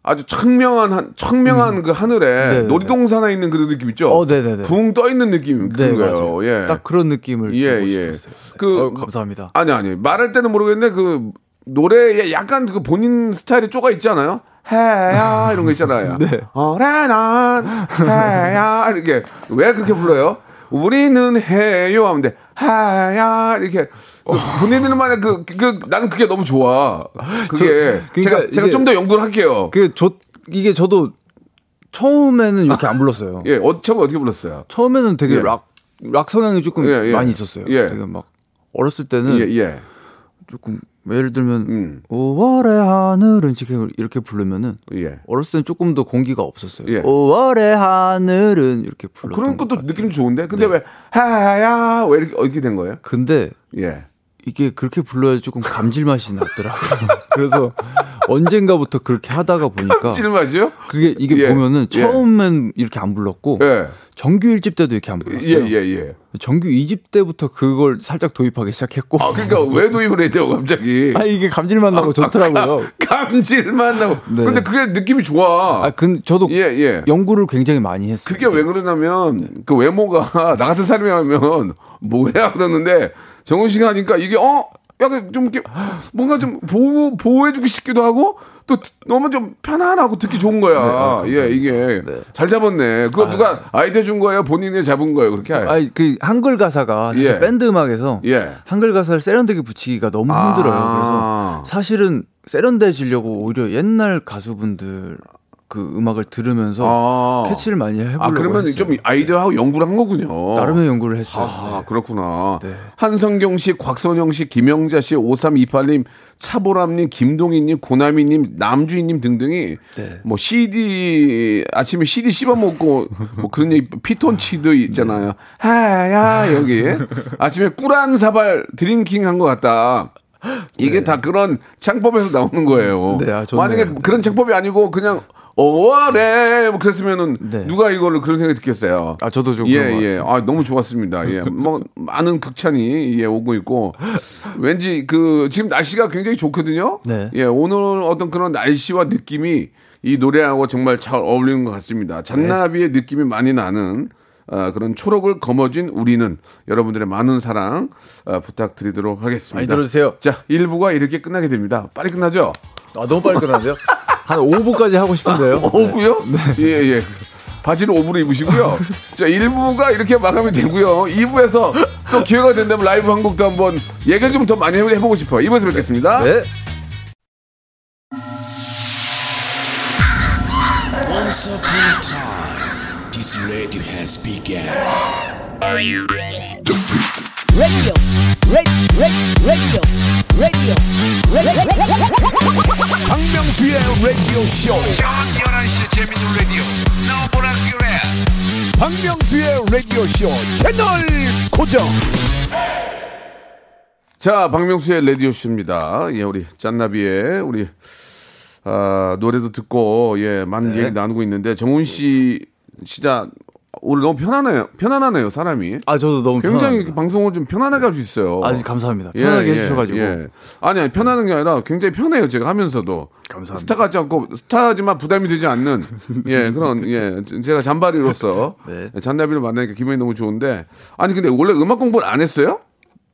Speaker 3: 아주 청명한 한 청명한 그 하늘에
Speaker 5: 음. 네네네.
Speaker 3: 놀이동산에 있는 그런 느낌 있죠.
Speaker 5: 어, 네네네.
Speaker 3: 붕 떠 있는 느낌
Speaker 5: 네,
Speaker 3: 그런가요?
Speaker 5: 맞아요.
Speaker 3: 예.
Speaker 5: 딱 그런 느낌을
Speaker 3: 예,
Speaker 5: 주고
Speaker 3: 예.
Speaker 5: 싶었어요.
Speaker 3: 그-
Speaker 5: 어, 감사합니다.
Speaker 3: 아니 아니 말할 때는 모르겠는데 그 노래에 약간 그 본인 스타일이 쪼가 있잖아요. 해야 이런 거 있잖아요.
Speaker 5: 네.
Speaker 3: 어레난 해야 이렇게 왜 그렇게 불러요? 우리는 해요 하면 돼. 해야 이렇게 그 본인들만의 그, 그 나는 그게 너무 좋아. 그게
Speaker 5: 저- 그러니까
Speaker 3: 제가 제가
Speaker 5: 이게-
Speaker 3: 좀 더 연구를 할게요.
Speaker 5: 그 저 이게 저도 처음에는 이렇게 안 불렀어요.
Speaker 3: 예, 어, 처음 어떻게 불렀어요?
Speaker 5: 처음에는 되게
Speaker 3: 예.
Speaker 5: 락, 락 성향이 조금
Speaker 3: 예, 예.
Speaker 5: 많이 있었어요.
Speaker 3: 예.
Speaker 5: 되게 막 어렸을 때는
Speaker 3: 예, 예.
Speaker 5: 조금 뭐 예를 들면
Speaker 3: 음.
Speaker 5: 5월의 하늘은 이렇게 이렇게 부르면은
Speaker 3: 예.
Speaker 5: 어렸을 때는 조금 더 공기가 없었어요.
Speaker 3: 예.
Speaker 5: 5월의 하늘은 이렇게 불렀던
Speaker 3: 그런
Speaker 5: 것
Speaker 3: 것도
Speaker 5: 같아요. 네.
Speaker 3: 느낌 좋은데. 근데 왜 해야 왜 이렇게 이렇게 된 거예요?
Speaker 5: 근데
Speaker 3: 예.
Speaker 5: 이게 그렇게 불러야 조금 감질맛이 났더라고요. 그래서 언젠가부터 그렇게 하다가 보니까
Speaker 3: 찔맛이요?
Speaker 5: 그게 이게
Speaker 3: 예.
Speaker 5: 보면은
Speaker 3: 예.
Speaker 5: 처음엔 이렇게 안 불렀고
Speaker 3: 예.
Speaker 5: 정규 1집 때도 이렇게 안 불렀어요.
Speaker 3: 예, 예, 예.
Speaker 5: 정규 2집 때부터 그걸 살짝 도입하기 시작했고
Speaker 3: 아, 그러니까 왜 도입을 했대요, 갑자기?
Speaker 5: 아 이게 감질맛 나고 좋더라고요.
Speaker 3: 감질만 나고.
Speaker 5: 네.
Speaker 3: 근데 그게 느낌이 좋아.
Speaker 5: 아, 근 저도
Speaker 3: 예, 예.
Speaker 5: 연구를 굉장히 많이 했어요.
Speaker 3: 그게 왜 그러냐면 그 외모가 나 같은 사람이라면 뭐야 그러는데 정훈 씨가 하니까 이게 어 약간 좀 이렇게 뭔가 좀 보호 보호해주고 싶기도 하고 또 듣- 너무 좀 편안하고 듣기 좋은
Speaker 5: 네,
Speaker 3: 거야.
Speaker 5: 아,
Speaker 3: 예, 이게 잘 잡았네. 그거 누가 아이디어 준 거예요? 본인이 잡은 거예요? 그렇게 아,
Speaker 5: 아니 그 한글 가사가 사실
Speaker 3: 예.
Speaker 5: 밴드 음악에서
Speaker 3: 예.
Speaker 5: 한글 가사를 세련되게 붙이기가 너무
Speaker 3: 아.
Speaker 5: 힘들어요. 그래서 사실은 세련돼지려고 오히려 옛날 가수분들 그 음악을 들으면서
Speaker 3: 아.
Speaker 5: 캐치를 많이 해보려고
Speaker 3: 아 그러면
Speaker 5: 했어요.
Speaker 3: 좀 아이디어하고 연구를 한 거군요.
Speaker 5: 나름의 연구를 했어요.
Speaker 3: 아,
Speaker 5: 네.
Speaker 3: 그렇구나.
Speaker 5: 네.
Speaker 3: 한성경 씨, 곽선영 씨, 김영자 씨, 5328님, 차보람님, 김동희님, 고나미님, 남주희님 등등이
Speaker 5: 네.
Speaker 3: 뭐 CD, 아침에 CD 씹어먹고 뭐 그런 얘기, 피톤치드 있잖아요.
Speaker 5: 네.
Speaker 3: 하야, 여기. 아침에 꿀한 사발 드링킹 한 것 같다. 이게 다 그런 창법에서 나오는 거예요.
Speaker 5: 네, 아, 좋네요.
Speaker 3: 만약에 그런 창법이 아니고 그냥 오월에 뭐 그랬으면은
Speaker 5: 네.
Speaker 3: 누가 이거를 그런 생각이 들겠어요.
Speaker 5: 아, 저도 좀 그런
Speaker 3: 예,
Speaker 5: 것
Speaker 3: 예. 아, 너무 좋았습니다. 예. 뭐, 많은 극찬이, 예, 오고 있고. 왠지 그, 지금 날씨가 굉장히 좋거든요.
Speaker 5: 네.
Speaker 3: 예, 오늘 어떤 그런 날씨와 느낌이 이 노래하고 정말 잘 어울리는 것 같습니다. 잔나비의
Speaker 5: 네.
Speaker 3: 느낌이 많이 나는 아, 그런 초록을 거머쥔 우리는 여러분들의 많은 사랑 아, 부탁드리도록 하겠습니다.
Speaker 5: 아, 많이 들어주세요.
Speaker 3: 자, 1부가 이렇게 끝나게 됩니다. 빨리 끝나죠?
Speaker 5: 아 너무 빨리 끝나세요? 한 5부까지 하고 싶은데요.
Speaker 3: 오브요?
Speaker 5: 네.
Speaker 3: 예, 예. 바지를 오브로 입으시고요. 자, 1부가 이렇게 마감이 되고요. 2부에서 또 기회가 된다면 라이브 한 곡도 한번 얘기를 좀 더 많이 해- 해보고 싶어요. 2부에서 뵙겠습니다.
Speaker 5: 네.
Speaker 1: Once upon a time, this radio has begun.
Speaker 8: radio, radio, radio, radio, radio,
Speaker 1: 박명수의 라디오 쇼. 저녁 11시 재밌는 라디오. 너보라 귀래. 박명수의 라디오 쇼 채널 고정.
Speaker 3: 자, 박명수의 라디오 쇼입니다. 예, 우리 짠나비의 우리 아, 노래도 듣고 예, 많은
Speaker 5: 네.
Speaker 3: 얘기 나누고 있는데 정훈 씨 진짜 오늘 너무 편안해요. 편안하네요, 사람이.
Speaker 5: 아 저도 너무
Speaker 3: 굉장히 이렇게
Speaker 5: 편합니다.
Speaker 3: 방송을 좀 편안하게 할 수 있어요.
Speaker 5: 아주 감사합니다.
Speaker 3: 예,
Speaker 5: 편하게
Speaker 3: 예,
Speaker 5: 해주셔가지고
Speaker 3: 예. 아니, 아니, 편안한 게 아니라 굉장히 편해요, 제가 하면서도.
Speaker 5: 감사합니다.
Speaker 3: 스타 같지 않고, 스타지만 부담이 되지 않는, 예, 그런, 예, 제가 잔바리로서,
Speaker 5: 네.
Speaker 3: 잔나비를 만나니까 기분이 너무 좋은데, 아니, 근데 원래 음악 공부를 안 했어요? 뭐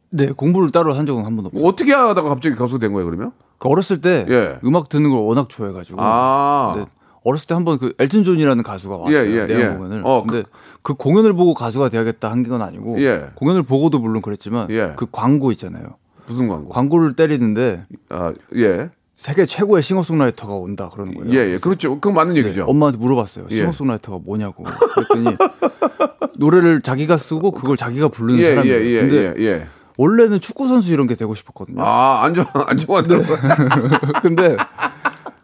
Speaker 5: 네 공부를 따로 한 적은 한 번도 없고
Speaker 3: 어떻게 하다가 갑자기 가수 된 거예요, 그러면?
Speaker 5: 어렸을 때
Speaker 3: 예.
Speaker 5: 음악 듣는 걸 워낙 좋아해가지고
Speaker 3: 아.
Speaker 5: 근데 어렸을 때 한번 그 엘튼 존이라는 가수가 왔어요
Speaker 3: 예, 예,
Speaker 5: 내한
Speaker 3: 예.
Speaker 5: 공연을
Speaker 3: 어,
Speaker 5: 근데 그 공연을 보고 가수가 돼야겠다 한 건 아니고
Speaker 3: 예.
Speaker 5: 공연을 보고도 물론 그랬지만
Speaker 3: 예.
Speaker 5: 그 광고 있잖아요
Speaker 3: 무슨 광고?
Speaker 5: 광고를 때리는데
Speaker 3: 아, 예.
Speaker 5: 세계 최고의 싱어송라이터가 온다 그러는 거예요
Speaker 3: 예, 예. 그렇죠. 그건 맞는
Speaker 5: 네,
Speaker 3: 얘기죠.
Speaker 5: 엄마한테 물어봤어요
Speaker 3: 예.
Speaker 5: 싱어송라이터가 뭐냐고 그랬더니 노래를 자기가 쓰고 그걸 자기가 부르는
Speaker 3: 예, 예,
Speaker 5: 사람이에요
Speaker 3: 예,
Speaker 5: 근데
Speaker 3: 예, 예.
Speaker 5: 원래는 축구 선수 이런 게 되고 싶었거든요
Speaker 3: 아, 안정,
Speaker 5: 네.
Speaker 3: 안정환.
Speaker 5: 근데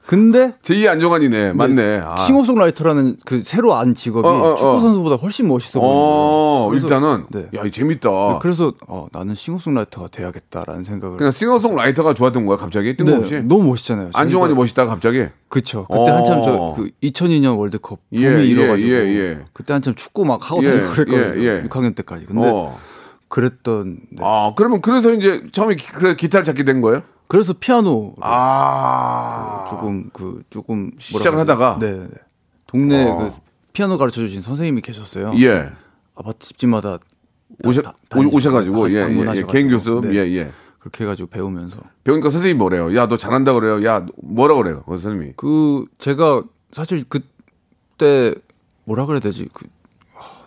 Speaker 5: 근데
Speaker 3: 제2 안정환이네. 맞네. 아.
Speaker 5: 싱어송라이터라는 그 새로 안 직업이
Speaker 3: 어, 어, 어.
Speaker 5: 축구 선수보다 훨씬 멋있어 보여요.
Speaker 3: 어,
Speaker 5: 그래서-
Speaker 3: 일단은,
Speaker 5: 네.
Speaker 3: 야, 이 재밌다.
Speaker 5: 그래서 어, 나는 싱어송라이터가 돼야겠다라는 생각을
Speaker 3: 그냥 싱어송라이터가 좋았던 거야 갑자기
Speaker 5: 네,
Speaker 3: 그러니까 뜬금없이
Speaker 5: 너무 네. 멋있잖아요.
Speaker 3: 안정환이
Speaker 5: 자기가-
Speaker 3: 멋있다 갑자기
Speaker 5: 그쵸. 그때
Speaker 3: 어.
Speaker 5: 한참 저그 2002년 월드컵 붐이
Speaker 3: 예, 예,
Speaker 5: 일어가지고
Speaker 3: 예, 예.
Speaker 5: 그때 한참 축구 막 하고
Speaker 3: 예,
Speaker 5: 다니고 그랬거든요.
Speaker 3: 예, 예.
Speaker 5: 6학년 때까지. 근데
Speaker 3: 어.
Speaker 5: 그랬던 네.
Speaker 3: 아 그러면 그래서 이제 처음에 기, 그래, 기타를 잡게 된 거예요
Speaker 5: 그래서 피아노 로
Speaker 3: 아
Speaker 5: 조금 그 조금 뭐라
Speaker 3: 시작을
Speaker 5: 그러죠?
Speaker 3: 하다가?
Speaker 5: 네, 네. 동네
Speaker 3: 어.
Speaker 5: 그 피아노 가르쳐 주신 선생님이 계셨어요.
Speaker 3: 예
Speaker 5: 아파트 집집마다 다-
Speaker 3: 오셔
Speaker 5: 다- 다
Speaker 3: 오- 오셔가지고
Speaker 5: 다-
Speaker 3: 예, 예, 예
Speaker 5: 방문하셔가지고.
Speaker 3: 개인 교수
Speaker 5: 네.
Speaker 3: 예예
Speaker 5: 그렇게 해가지고 배우면서
Speaker 3: 배우니까 선생님이 뭐래요 야 너 잘한다 그래요 야 뭐라 그래요 그 선생님이
Speaker 5: 그 제가 사실 그때 뭐라 그래야 되지 그 하,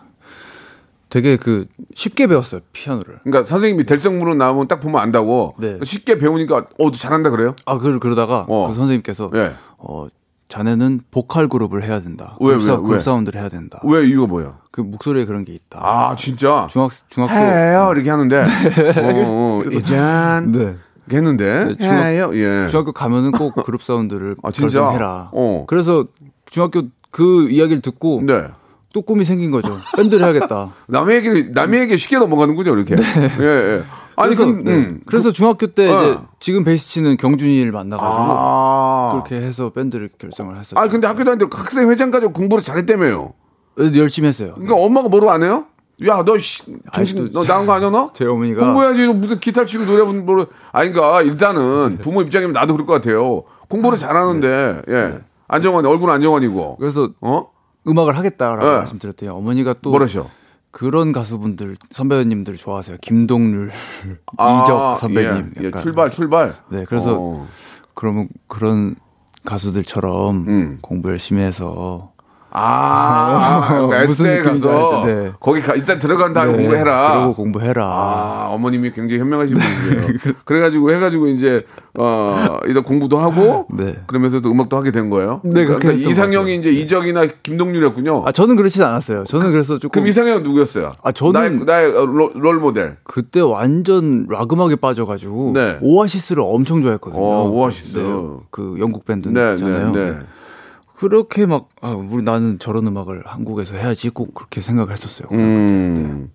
Speaker 5: 되게 그 쉽게 배웠어요 피아노를
Speaker 3: 그러니까 선생님이 될성무는 나오면 딱 보면 안다고
Speaker 5: 네.
Speaker 3: 쉽게 배우니까 어너 잘한다 그래요
Speaker 5: 아 그, 그러다가
Speaker 3: 어.
Speaker 5: 그 선생님께서
Speaker 3: 예.
Speaker 5: 어 자네는 보컬 그룹을 해야 된다
Speaker 3: 왜,
Speaker 5: 그룹, 사-
Speaker 3: 왜,
Speaker 5: 그룹
Speaker 3: 왜?
Speaker 5: 사운드를 해야 된다
Speaker 3: 왜 이유가 뭐예요
Speaker 5: 그 목소리에 그런 게 있다
Speaker 3: 아 진짜
Speaker 5: 중학 중학교
Speaker 3: 해요 이렇게 하는데 어, 어, 이젠
Speaker 5: 네.
Speaker 3: 이렇게 했는데
Speaker 5: 네, 중학-
Speaker 3: 해요 예
Speaker 5: 중학교 가면은 꼭 그룹 사운드를
Speaker 3: 아, 진짜?
Speaker 5: 결성해라
Speaker 3: 어.
Speaker 5: 그래서 중학교 그 이야기를 듣고
Speaker 3: 네.
Speaker 5: 또 꿈이 생긴 거죠 밴드를 해야겠다
Speaker 3: 남의 얘기를 남의 얘기 쉽게 넘어가는군요 이렇게. 예, 예. 아니
Speaker 5: 네. 그래서,
Speaker 3: 그럼
Speaker 5: 네.
Speaker 3: 음.
Speaker 5: 그래서 중학교 때
Speaker 3: 어.
Speaker 5: 이제 지금 베이스 치는 경준이를 만나가지고
Speaker 3: 아.
Speaker 5: 그렇게 해서 밴드를 결성을 했었죠.
Speaker 3: 아 근데 학교 다닐 때 학생 회장까지 공부를 잘했다며요.
Speaker 5: 그래도 열심히 했어요.
Speaker 3: 그러니까 엄마가 뭐로 안 해요? 야, 너 씨, 정신
Speaker 5: 아직도
Speaker 3: 너 나온 거 아니야 너?
Speaker 5: 제 어머니가-
Speaker 3: 공부해야지 너 무슨 기타 치고 노래 부르는 뭐로 아니 그러니까
Speaker 5: 네.
Speaker 3: 일단은 부모 입장이면 나도 그럴 것 같아요. 공부를 잘하는데 예.
Speaker 5: 네.
Speaker 3: 안정환 얼굴 안정환이고.
Speaker 5: 그래서
Speaker 3: 어?
Speaker 5: 음악을 하겠다라고
Speaker 3: 네.
Speaker 5: 말씀드렸더니 어머니가 또
Speaker 3: 뭐라셔?
Speaker 5: 그런 가수분들 선배님들 좋아하세요. 김동률,
Speaker 3: 아,
Speaker 5: 이적 선배님.
Speaker 3: 예, 예,
Speaker 5: 약간.
Speaker 3: 출발 출발.
Speaker 5: 네, 그래서
Speaker 3: 어.
Speaker 5: 그러면 그런 가수들처럼
Speaker 3: 음.
Speaker 5: 공부 열심히 해서
Speaker 3: 아, 아
Speaker 5: 무슨
Speaker 3: 에스에
Speaker 5: 느낌인지
Speaker 3: 가서
Speaker 5: 알죠? 네.
Speaker 3: 거기 가, 일단 들어간 다음에
Speaker 5: 네,
Speaker 3: 공부해라.
Speaker 5: 그러고 공부해라.
Speaker 3: 아, 어머님이 굉장히 현명하신
Speaker 5: 네.
Speaker 3: 분이에요. 그래가지고 해가지고 이제 어 일단 공부도 하고
Speaker 5: 네.
Speaker 3: 그러면서 또 음악도 하게 된 거예요.
Speaker 5: 네, 그렇게
Speaker 3: 그러니까
Speaker 5: 했던 것 네.
Speaker 3: 이상형이 이제 이적이나 김동률이었군요.
Speaker 5: 아 저는 그렇진 않았어요. 저는 그래서 조금
Speaker 3: 그럼 이상형은 누구였어요?
Speaker 5: 아, 저는-
Speaker 3: 나의, 나의 어, 롤, 롤 모델.
Speaker 5: 그때 완전 락 음악에 빠져가지고
Speaker 3: 네.
Speaker 5: 오아시스를 엄청 좋아했거든요.
Speaker 3: 어, 오아시스.
Speaker 5: 그 영국 밴드
Speaker 3: 네,
Speaker 5: 있잖아요.
Speaker 3: 네, 네.
Speaker 5: 그렇게 막 아, 우리 나는 저런 음악을 한국에서 해야지 꼭 그렇게 생각을 했었어요.
Speaker 3: 음,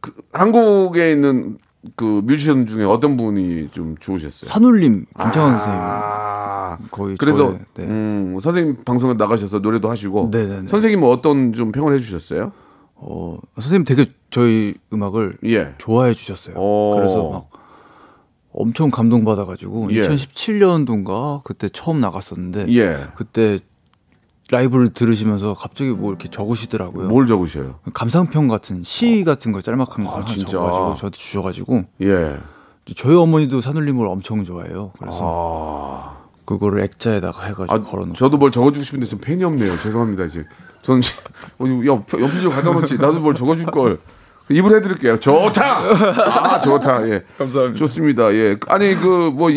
Speaker 3: 그, 한국에 있는 그 뮤지션 중에 어떤 분이 좀 좋으셨어요?
Speaker 5: 산울림 김창완 선생님
Speaker 3: 아,
Speaker 5: 거의
Speaker 3: 그래서
Speaker 5: 저의, 네.
Speaker 3: 음, 선생님 방송에 나가셔서 노래도 하시고
Speaker 5: 네네네.
Speaker 3: 선생님은 어떤 좀 평을 해주셨어요?
Speaker 5: 어, 선생님 되게 저희 음악을
Speaker 3: 예.
Speaker 5: 좋아해 주셨어요.
Speaker 3: 오.
Speaker 5: 그래서 막 엄청 감동받아가지고
Speaker 3: 예.
Speaker 5: 2017년도인가 그때 처음 나갔었는데
Speaker 3: 예.
Speaker 5: 그때 라이브를 들으시면서 갑자기 뭐 이렇게 적으시더라고요.
Speaker 3: 뭘 적으셔요?
Speaker 5: 감상평 같은 시 같은 거 짤막한 거 하나
Speaker 3: 어. 아, 진짜.
Speaker 5: 적어가지고 저한테 주셔가지고
Speaker 3: 예.
Speaker 5: 저희 어머니도 산울림을 엄청 좋아해요. 그래서
Speaker 3: 아,
Speaker 5: 그거를 액자에다가 해가지고
Speaker 3: 아
Speaker 5: 걸어놓고
Speaker 3: 저도 뭘 적어주고 싶은데 좀 펜이 없네요. 죄송합니다 이제. 저는 이제- 어, 옆 옆에 좀 갖다 놓지. 나도 뭘 적어줄 걸. 입을 해드릴게요. 좋다. 아 좋다. 예. 감사합니다. 좋습니다. 예. 아니 그 뭐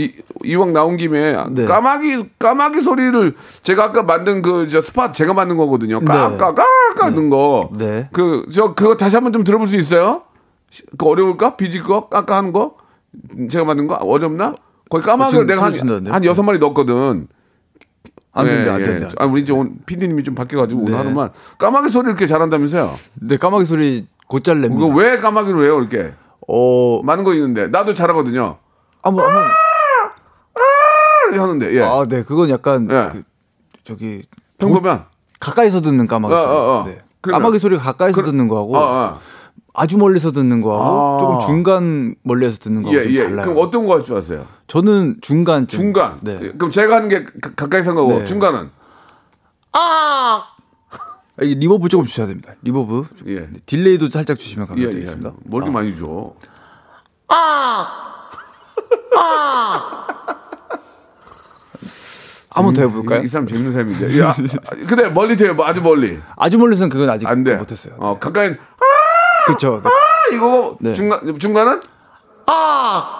Speaker 3: 이왕 나온 김에
Speaker 5: 네.
Speaker 3: 까마귀 까마귀 소리를 제가 아까 만든 그 저 스팟 제가 만든 거거든요. 까까까까 는 거.
Speaker 5: 네.
Speaker 3: 그 저 그거 다시 한번 좀 들어볼 수 있어요? 시- 그 어려울까? 비질 거 까까 하는 거 제가 만든 거 어렵나? 거의 까마귀를
Speaker 5: 아, 지금
Speaker 3: 내가 한,
Speaker 5: 틀어주신다는데요?
Speaker 3: 한 여섯 마리 넣었거든.
Speaker 5: 안 된대, 안
Speaker 3: 예,
Speaker 5: 된대,
Speaker 3: 예.
Speaker 5: 안 된대.
Speaker 3: 아, 우리 이제 오늘 PD님이 좀 바뀌어가지고 오늘
Speaker 5: 네.
Speaker 3: 하루만 까마귀 소리를 이렇게 잘한다면서요?
Speaker 5: 네, 까마귀 소리 곧잘 냅니다.
Speaker 3: 이거 왜 까마귀를 해요, 이렇게?
Speaker 5: 어,
Speaker 3: 많은 거 있는데 나도 잘하거든요.
Speaker 5: 한번 한번.
Speaker 3: 이렇게 하는데 예.
Speaker 5: 아, 네, 그건 약간
Speaker 3: 예.
Speaker 5: 그, 저기
Speaker 3: 평범한.
Speaker 5: 가까이서 듣는 까마귀
Speaker 3: 어,
Speaker 5: 소리.
Speaker 3: 어, 어.
Speaker 5: 네.
Speaker 3: 그러면-
Speaker 5: 까마귀 소리가 가까이서 듣는 거하고
Speaker 3: 어, 어.
Speaker 5: 아주 멀리서 듣는 거하고
Speaker 3: 아.
Speaker 5: 조금 중간 멀리서 듣는 거하고
Speaker 3: 예,
Speaker 5: 아, 좀
Speaker 3: 예.
Speaker 5: 달라요.
Speaker 3: 그럼 어떤 거 할 줄 아세요?
Speaker 5: 저는 중간
Speaker 3: 중간. 예.
Speaker 5: 네.
Speaker 3: 그럼 제가 하는 게 가- 가까이 생각하고
Speaker 5: 네.
Speaker 3: 중간은
Speaker 5: 아, 이게 리버브 조금 주셔야 됩니다. 리버브.
Speaker 3: 예.
Speaker 5: 딜레이도 살짝 주시면
Speaker 3: 예, 예.
Speaker 5: 감사드리겠습니다. 아.
Speaker 3: 뭘 이렇게 많이 줘?
Speaker 5: 한번 더
Speaker 3: 이,
Speaker 5: 해볼까요?
Speaker 3: 음, 이 사람 재밌는 사람인데. 야, 아, 근데 멀리 돼요. 뭐 아주 멀리.
Speaker 5: 아주 멀리서는 그건 아직
Speaker 3: 안 돼.
Speaker 5: 못했어요.
Speaker 3: 어, 가까이
Speaker 5: 그렇죠.
Speaker 3: 아, 이거
Speaker 5: 네.
Speaker 3: 중간 중간은 아.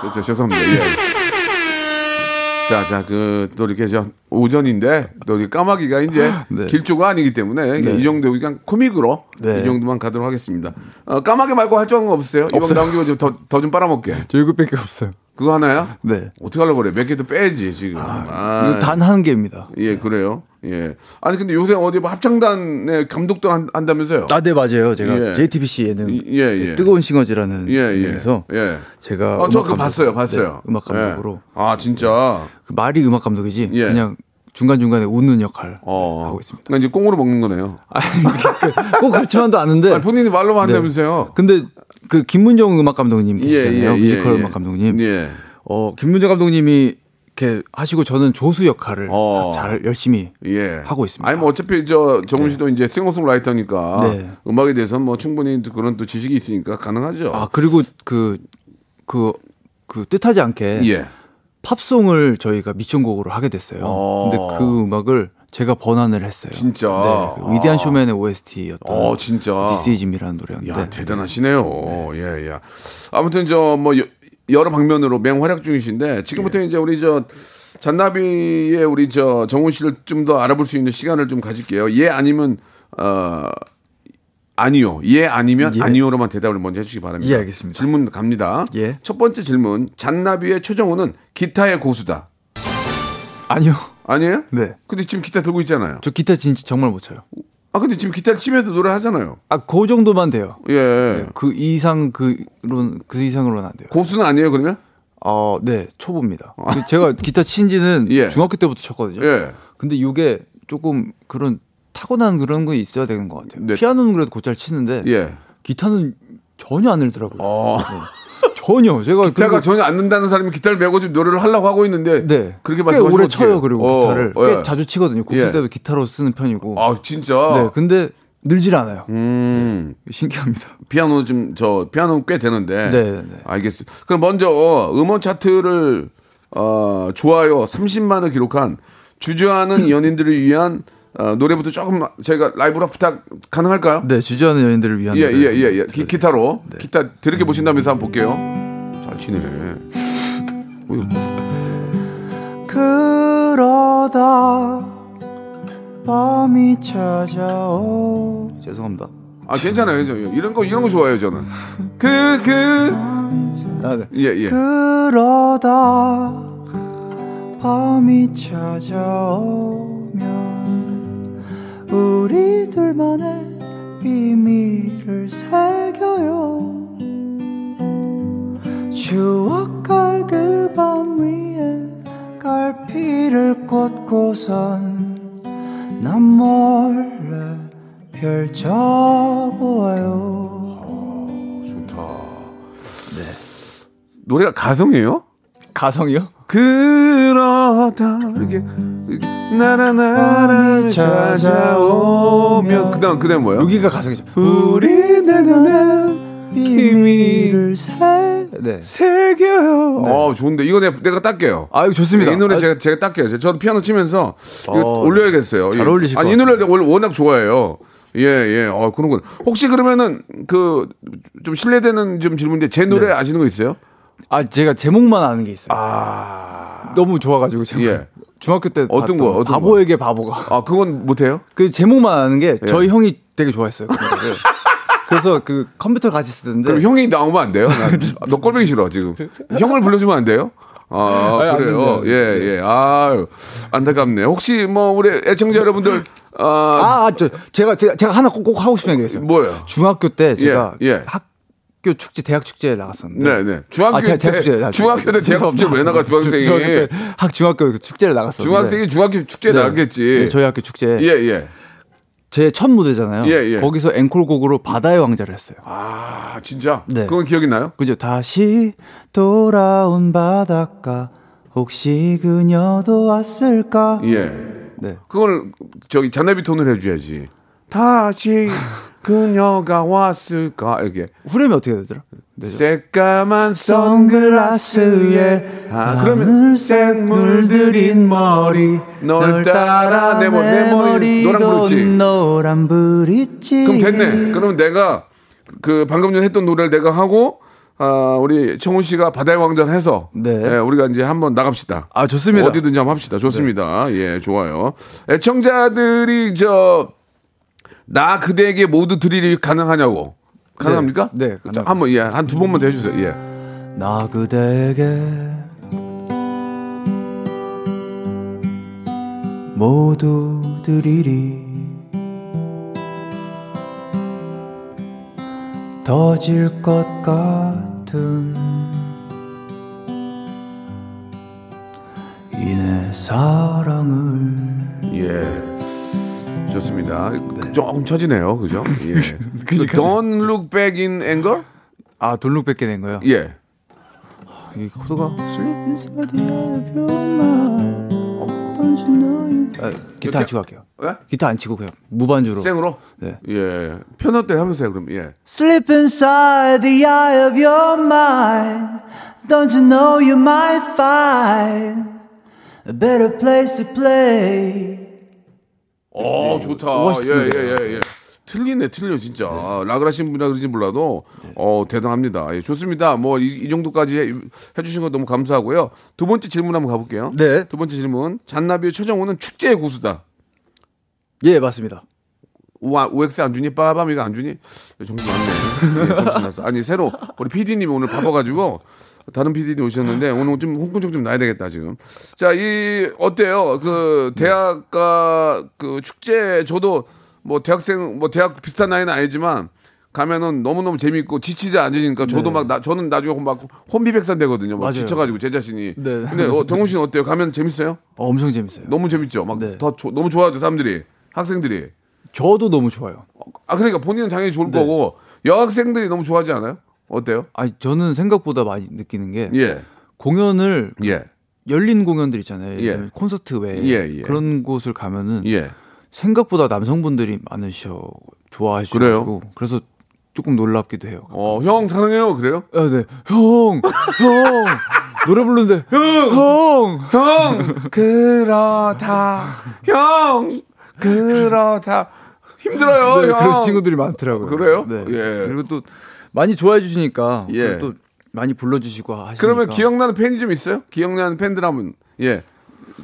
Speaker 3: 저, 저, 죄송합니다. 예. 자, 자, 그, 또 이렇게 저 오전인데, 또 우리 까마귀가 이제
Speaker 5: 네.
Speaker 3: 길조가 아니기 때문에, 이게 이 정도 그냥 코믹으로
Speaker 5: 네.
Speaker 3: 이 정도만 가도록 하겠습니다. 어, 까마귀 말고 할 줄 아는 거 없으세요? 이번
Speaker 5: 없어요.
Speaker 3: 나온 김에 좀 더, 더 좀 빨아먹게.
Speaker 5: 저 이거밖에 없어요.
Speaker 3: 그거 하나야?
Speaker 5: 네.
Speaker 3: 어떻게 하려고 그래? 몇 개 더 빼야지, 지금. 아,
Speaker 5: 이거 단 한 개입니다.
Speaker 3: 예, 그래요. 예. 아니, 근데 요새 어디 뭐 합창단의 감독도 한, 한다면서요?
Speaker 5: 아, 네, 맞아요. 제가
Speaker 3: 예.
Speaker 5: JTBC 예능
Speaker 3: 예, 예.
Speaker 5: 뜨거운 싱어즈라는
Speaker 3: 예, 예.
Speaker 5: 예능에서
Speaker 3: 예.
Speaker 5: 제가
Speaker 3: 어, 저 그거
Speaker 5: 음악 감독-
Speaker 3: 봤어요, 봤어요.
Speaker 5: 네, 음악 감독으로.
Speaker 3: 예. 아, 진짜.
Speaker 5: 그 말이 음악 감독이지
Speaker 3: 예.
Speaker 5: 그냥 중간 중간에 웃는 역할
Speaker 3: 어.
Speaker 5: 하고 있습니다.
Speaker 3: 그러니까 이제 꽁으로 먹는 거네요.
Speaker 5: 아니, 그- 꼭 그렇지만도 않은데.
Speaker 3: 아니, 본인이 말로만
Speaker 5: 네.
Speaker 3: 한다면서요.
Speaker 5: 근데 그 김문정 음악 감독님 계시잖아요. 뮤지컬
Speaker 3: 예.
Speaker 5: 음악 감독님.
Speaker 3: 예.
Speaker 5: 어, 김문정 감독님이 이렇게 하시고 저는 조수 역할을
Speaker 3: 어.
Speaker 5: 잘 열심히
Speaker 3: 예.
Speaker 5: 하고 있습니다.
Speaker 3: 아니, 뭐 어차피 저 정훈 씨도 이제 싱어송라이터니까
Speaker 5: 네.
Speaker 3: 음악에 대해서는 뭐 충분히 그런 또 지식이 있으니까 가능하죠.
Speaker 5: 아 그리고 그 그, 그 뜻하지 않게
Speaker 3: 예.
Speaker 5: 팝송을 저희가 미션곡으로 하게 됐어요.
Speaker 3: 어.
Speaker 5: 근데 그 음악을 제가 번안을 했어요.
Speaker 3: 진짜?
Speaker 5: 네, 그
Speaker 3: 아.
Speaker 5: 위대한 쇼맨의 OST였던
Speaker 3: 어, 진짜.
Speaker 5: This Is Me이라는
Speaker 3: 야,
Speaker 5: 노래였는데
Speaker 3: 대단하시네요. 예, 예. 아무튼 저 뭐 여러 방면으로 맹활약 중이신데 지금부터
Speaker 5: 예.
Speaker 3: 이제 우리 저 잔나비의 우리 저 정훈 씨를 좀 더 알아볼 수 있는 시간을 좀 가질게요. 예 아니면 어 아니요. 예 아니면
Speaker 5: 예.
Speaker 3: 아니요로만 대답을 먼저 해주시기 바랍니다.
Speaker 5: 예, 알겠습니다.
Speaker 3: 질문 갑니다.
Speaker 5: 예.
Speaker 3: 첫 번째 질문. 잔나비의 최정훈은 기타의 고수다.
Speaker 5: 아니요.
Speaker 3: 아니에요?
Speaker 5: 네.
Speaker 3: 근데 지금 기타 들고 있잖아요.
Speaker 5: 저 기타 진짜 정말 못 쳐요.
Speaker 3: 아 근데 지금 기타를 치면서 노래 하잖아요.
Speaker 5: 아 그 정도만 돼요.
Speaker 3: 예.
Speaker 5: 그 이상 그론 그 이상으로는 안 돼요.
Speaker 3: 고수는 아니에요 그러면?
Speaker 5: 어, 네, 초보입니다. 근데 제가 기타 친지는
Speaker 3: 예.
Speaker 5: 중학교 때부터 쳤거든요.
Speaker 3: 예.
Speaker 5: 근데 이게 조금 그런 타고난 그런 건 있어야 되는 것 같아요.
Speaker 3: 네.
Speaker 5: 피아노는 그래도 곧잘 치는데
Speaker 3: 예.
Speaker 5: 기타는 전혀 안 늘더라고요.
Speaker 3: 어.
Speaker 5: 전혀 제가
Speaker 3: 기타가
Speaker 5: 그리고-
Speaker 3: 전혀 안 는다는 사람이 기타를 메고 지금 노래를 하려고 하고 있는데
Speaker 5: 네
Speaker 3: 그렇게
Speaker 5: 꽤
Speaker 3: 말씀하시면
Speaker 5: 오래
Speaker 3: 어떡해요?
Speaker 5: 쳐요 그리고
Speaker 3: 어,
Speaker 5: 기타를
Speaker 3: 예.
Speaker 5: 꽤 자주 치거든요. 곡
Speaker 3: 예.
Speaker 5: 쓸 때도 기타로 쓰는 편이고.
Speaker 3: 아 진짜
Speaker 5: 네, 근데 늘질 않아요.
Speaker 3: 음
Speaker 5: 신기합니다.
Speaker 3: 피아노 좀 저 피아노는 꽤 되는데
Speaker 5: 네, 네, 네.
Speaker 3: 알겠어요 그럼 먼저 음원 차트를 어 좋아요 30만을 기록한
Speaker 5: 음.
Speaker 3: 주저하는 연인들을 위한 어, 노래부터 조금 저희가 라이브로 부탁 가능할까요?
Speaker 5: 네, 음. 주저하는 연인들을 위한
Speaker 3: 예 예
Speaker 5: 노래.
Speaker 3: 예예 기, 타로 기타 들이켜 보신다면서 한번 볼게요 잘 치네 어휴.
Speaker 6: 그러다 밤이 찾아오
Speaker 5: 죄송합니다.
Speaker 3: 아 괜찮아요 저 이런 거 이런 거 좋아해요 저는 그 그,
Speaker 5: 아, 네.
Speaker 3: 예, 예.
Speaker 6: 그러다 밤이 찾아오면 우리 둘만의 비밀을 새겨요 추억 깔그 밤 위에 갈피를 꽂고선 난 몰래 펼쳐보아요
Speaker 3: 좋다. 노래가 가성이에요?
Speaker 5: 가성이요?
Speaker 3: 그러다 이렇게 이렇게 나나나나 찾아오면 그다음 그다음 뭐예요?
Speaker 5: 여기가 가성이죠.
Speaker 3: 우리 나나나
Speaker 6: 비밀을 새
Speaker 5: 네.
Speaker 3: 새겨요. 어 좋은데 이거 내가, 내가 닦게요.
Speaker 5: 아, 이거 좋습니다.
Speaker 3: 이 노래
Speaker 5: 아,
Speaker 3: 제가 제가 닦게요. 저도 피아노 치면서 이거
Speaker 5: 어,
Speaker 3: 올려야겠어요.
Speaker 5: 잘
Speaker 3: 예.
Speaker 5: 어울리실
Speaker 3: 아니
Speaker 5: 것
Speaker 3: 이 노래를
Speaker 5: 같습니다.
Speaker 3: 원래 워낙 좋아해요. 예, 예. 어, 그런 건 혹시 그러면은 그 좀 신뢰되는 좀 질문인데 제
Speaker 5: 네.
Speaker 3: 노래 아시는 거 있어요?
Speaker 5: 아, 제가 제목만 아는 게 있어요. 너무 좋아가지고 제가
Speaker 3: 예.
Speaker 5: 중학교 때
Speaker 3: 어떤
Speaker 5: 봤던
Speaker 3: 거, 어떤
Speaker 5: 바보에게 바보가
Speaker 3: 아, 그건 못 해요?
Speaker 5: 그 제목만 아는 게
Speaker 3: 예.
Speaker 5: 저희 형이 되게 좋아했어요. 그 노래를. 그래서 그 컴퓨터 같이 쓰는데 아, 네.
Speaker 3: 아, 그럼 형이 나오면 안 돼요? 나- 너 꼴보기 싫어 지금. 형을 불러주면 안 돼요? 아,
Speaker 5: 아니, 안 네.
Speaker 3: 그래요.
Speaker 5: 된대요.
Speaker 3: 예, 예. 아유, 안타깝네요. 혹시 뭐, 우리 애청자 여러분들, 아,
Speaker 5: 아, 아, 저 제가 제가 제가 하나 꼭, 꼭 하고 싶은 얘기 있어요.
Speaker 3: 뭐예요?
Speaker 5: 중학교 때 제가
Speaker 3: 예, 예.
Speaker 5: 학교 축제 대학 축제에 나갔었는데.
Speaker 3: 네, 네. 중학교
Speaker 5: 아, 대-
Speaker 3: 때-
Speaker 5: 대학 축제
Speaker 3: 중학교 때 대학 축제 왜 나가, 중학생이?
Speaker 5: 중학교 때학 중학교 그 축제를 나갔었는데.
Speaker 3: 중학생이 중학교 축제에
Speaker 5: 네.
Speaker 3: 나갔겠지.
Speaker 5: 네, 저희 학교 축제
Speaker 3: 예, 예.
Speaker 5: 제 첫 무대잖아요.
Speaker 3: 예, 예.
Speaker 5: 거기서 앵콜곡으로 바다의 왕자를 했어요.
Speaker 3: 아, 진짜?
Speaker 5: 네.
Speaker 3: 그건 기억이 나요?
Speaker 5: 그죠? 다시 돌아온 바닷가 혹시 그녀도 왔을까?
Speaker 3: 예.
Speaker 5: 네.
Speaker 3: 그걸 저기 잔나비 톤을 해줘야지. 다시 그녀가 왔을까? 이렇게.
Speaker 5: 후렴이 어떻게 되더라? 네.
Speaker 3: 새까만 선글라스에
Speaker 5: 아,
Speaker 3: 하늘 색 물들인 머리 널 따라 내, 머, 내 머리 노란 브릿지
Speaker 5: 노란 브릿지
Speaker 3: 그럼 됐네 그럼 내가 그 방금 전에 했던 노래를 내가 하고 아 우리 청훈 씨가 바다의 왕전 해서
Speaker 5: 네.
Speaker 3: 예, 우리가 이제 한번 나갑시다
Speaker 5: 아, 좋습니다.
Speaker 3: 어디든지 한번 합시다 좋습니다 예 좋아요 애청자들이 저 나 그대에게 모두 드릴이 가능하냐고 가능합니까?
Speaker 5: 네, 네,
Speaker 3: 자, 한번 예 한 두 번만 더 해주세요 예.
Speaker 5: 나 그대에게 모두 드리리 더 질 것 같은 이 내 사랑을
Speaker 3: 예. 좋습니다. 조금 처지네요. 네. 그죠? 예. Don't look back in anger?
Speaker 5: 아 돌룩 뺏게 된 거예요?
Speaker 3: 예.
Speaker 5: 이 코드가 아, 기타
Speaker 3: 이렇게-
Speaker 5: 치고 할게요.
Speaker 3: 예?
Speaker 5: 기타 안 치고 그냥 무반주로.
Speaker 3: 생으로?
Speaker 5: 네.
Speaker 3: 예. 편할 때 하면서 해요, 그럼. 예.
Speaker 6: Slip inside the eye of your mind. Don't you know you might find a better place to play?
Speaker 3: 어, 좋다. 예,
Speaker 5: 멋있습니다.
Speaker 3: 예, 예, 예. 틀리네, 틀려, 진짜. 아, 락을 하신 분이라 그런지 몰라도, 어, 대단합니다. 예, 좋습니다. 뭐, 이, 이 정도까지 해, 해주신 거 너무 감사하고요. 두 번째 질문 한번 가볼게요.
Speaker 5: 네.
Speaker 3: 두 번째 질문. 잔나비의 최정우는 축제의 고수다.
Speaker 5: 예, 맞습니다.
Speaker 3: 우와, OX 안 주니? 빠밤 이거 안 주니? 네, 정신 났네. 예, 정신 났어. 아니, 새로, 우리 PD님이 오늘 바빠가지고, 다른 PD님 오셨는데, 오늘 좀 홍군적 좀 나야 되겠다, 지금. 자, 이, 어때요? 그, 대학가, 그, 축제, 저도 뭐, 대학생, 뭐, 대학 비슷한 나이는 아니지만, 가면은 너무너무 재미있고 지치지 않으니까 저도 막 나, 저는 나중에 막 혼비백산 되거든요. 막
Speaker 5: 네. 맞아요.
Speaker 3: 지쳐가지고 제 자신이.
Speaker 5: 네.
Speaker 3: 근데 어, 정훈 씨는 어때요? 가면 재밌어요?
Speaker 5: 어, 엄청 재밌어요.
Speaker 3: 너무 재밌죠. 막
Speaker 5: 네.
Speaker 3: 더 조- 너무 좋아하죠 사람들이 학생들이.
Speaker 5: 저도 너무 좋아요.
Speaker 3: 아 그러니까 본인은 당연히 좋을
Speaker 5: 네.
Speaker 3: 거고 여학생들이 너무 좋아하지 않아요? 어때요?
Speaker 5: 아니, 저는 생각보다 많이 느끼는 게
Speaker 3: 예,
Speaker 5: 공연을
Speaker 3: 예,
Speaker 5: 열린 공연들 있잖아요. 예를
Speaker 3: 예.
Speaker 5: 들면 콘서트 외에
Speaker 3: 예, 예.
Speaker 5: 그런 곳을 가면은
Speaker 3: 예.
Speaker 5: 생각보다 남성분들이 많으셔 좋아해 주시고 그래서 조금 놀랍기도 해요.
Speaker 3: 어, 형 사랑해요 그래요?
Speaker 5: 아, 네. 형, 형 노래 부르는데 형, 형,
Speaker 3: 형 그러다 형 그러다 힘들어요
Speaker 5: 네,
Speaker 3: 형.
Speaker 5: 그런 친구들이 많더라고요.
Speaker 3: 그래요?
Speaker 5: 네.
Speaker 3: 예.
Speaker 5: 그리고 또 많이 좋아해 주시니까
Speaker 3: 예.
Speaker 5: 또 많이 불러 주시고 하시니까.
Speaker 3: 그러면 기억나는 팬이 좀 있어요? 기억나는 팬들 하면 예.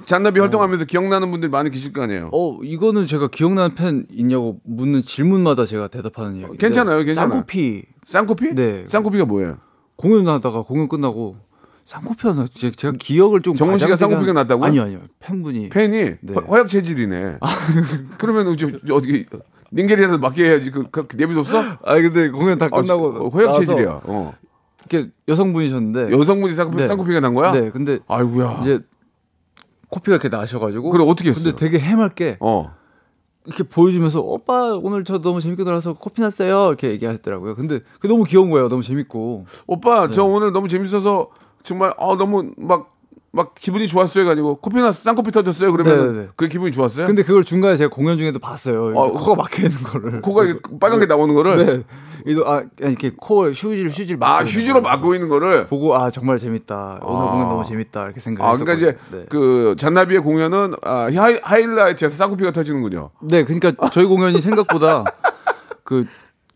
Speaker 3: 잔나비 활동하면서 기억나는 분들 많이 계실 거 아니에요.
Speaker 5: 어 이거는 제가 기억나는 팬 있냐고 묻는 질문마다 제가 대답하는 이야기.
Speaker 3: 어, 괜찮아요, 괜찮아요.
Speaker 5: 쌍코피
Speaker 3: 쌍코피?
Speaker 5: 네.
Speaker 3: 쌍코피가 뭐예요?
Speaker 5: 공연하다가 공연 끝나고 쌍코피 하나 제가, 제가 기억을 좀
Speaker 3: 정훈 씨가
Speaker 5: 과장되게
Speaker 3: 쌍코피가
Speaker 5: 한-
Speaker 3: 났다고요?
Speaker 5: 아니요 아니요 팬분이
Speaker 3: 팬이
Speaker 5: 네. 아.
Speaker 3: 허- 허약 체질이네. 그러면 이제 어떻게 닝겔이라도 맞게 해야지 그, 그 내비뒀어?
Speaker 5: 아 근데 공연 다
Speaker 3: 아,
Speaker 5: 끝나고
Speaker 3: 어, 허약
Speaker 5: 나와서
Speaker 3: 체질이야. 어.
Speaker 5: 이렇게 여성분이셨는데
Speaker 3: 여성분이 쌍코피,
Speaker 5: 네.
Speaker 3: 쌍코피가 난 거야?
Speaker 5: 네 근데
Speaker 3: 아이고야.
Speaker 5: 이제 코피가 이렇게 나셔가지고
Speaker 3: 그래, 어떻게 했어요?
Speaker 5: 근데 되게 해맑게
Speaker 3: 어.
Speaker 5: 이렇게 보여주면서 오빠 오늘 저 너무 재밌게 놀아서 코피 났어요 이렇게 얘기하셨더라고요. 근데 그 너무 귀여운 거예요. 너무 재밌고
Speaker 3: 오빠, 저
Speaker 5: 네.
Speaker 3: 오늘 너무 재밌어서 정말 아, 너무 막, 막 기분이 좋았어요. 가지고 코피 나서 쌍코피 터졌어요. 그러면
Speaker 5: 네, 네, 네.
Speaker 3: 그게 기분이 좋았어요?
Speaker 5: 근데 그걸 중간에 제가 공연 중에도 봤어요.
Speaker 3: 어,
Speaker 5: 코가 막혀 있는 거를.
Speaker 3: 코가 이렇게 빨간 게 나오는 거를
Speaker 5: 네. 이도 아 이렇게 코 휴질 휴질 막고
Speaker 3: 아,
Speaker 5: 있는
Speaker 3: 휴지로
Speaker 5: 거를
Speaker 3: 막고 있는 거를
Speaker 5: 보고 아 정말 재밌다. 오늘
Speaker 3: 아.
Speaker 5: 공연 너무 재밌다
Speaker 3: 아,
Speaker 5: 이렇게 생각했어요.
Speaker 3: 그러니까 이제
Speaker 5: 네.
Speaker 3: 그 잔나비의 공연은 아, 하이, 하이라이트에서 쌍코피가 터지는군요.
Speaker 5: 네, 그러니까 저희 공연이 생각보다 그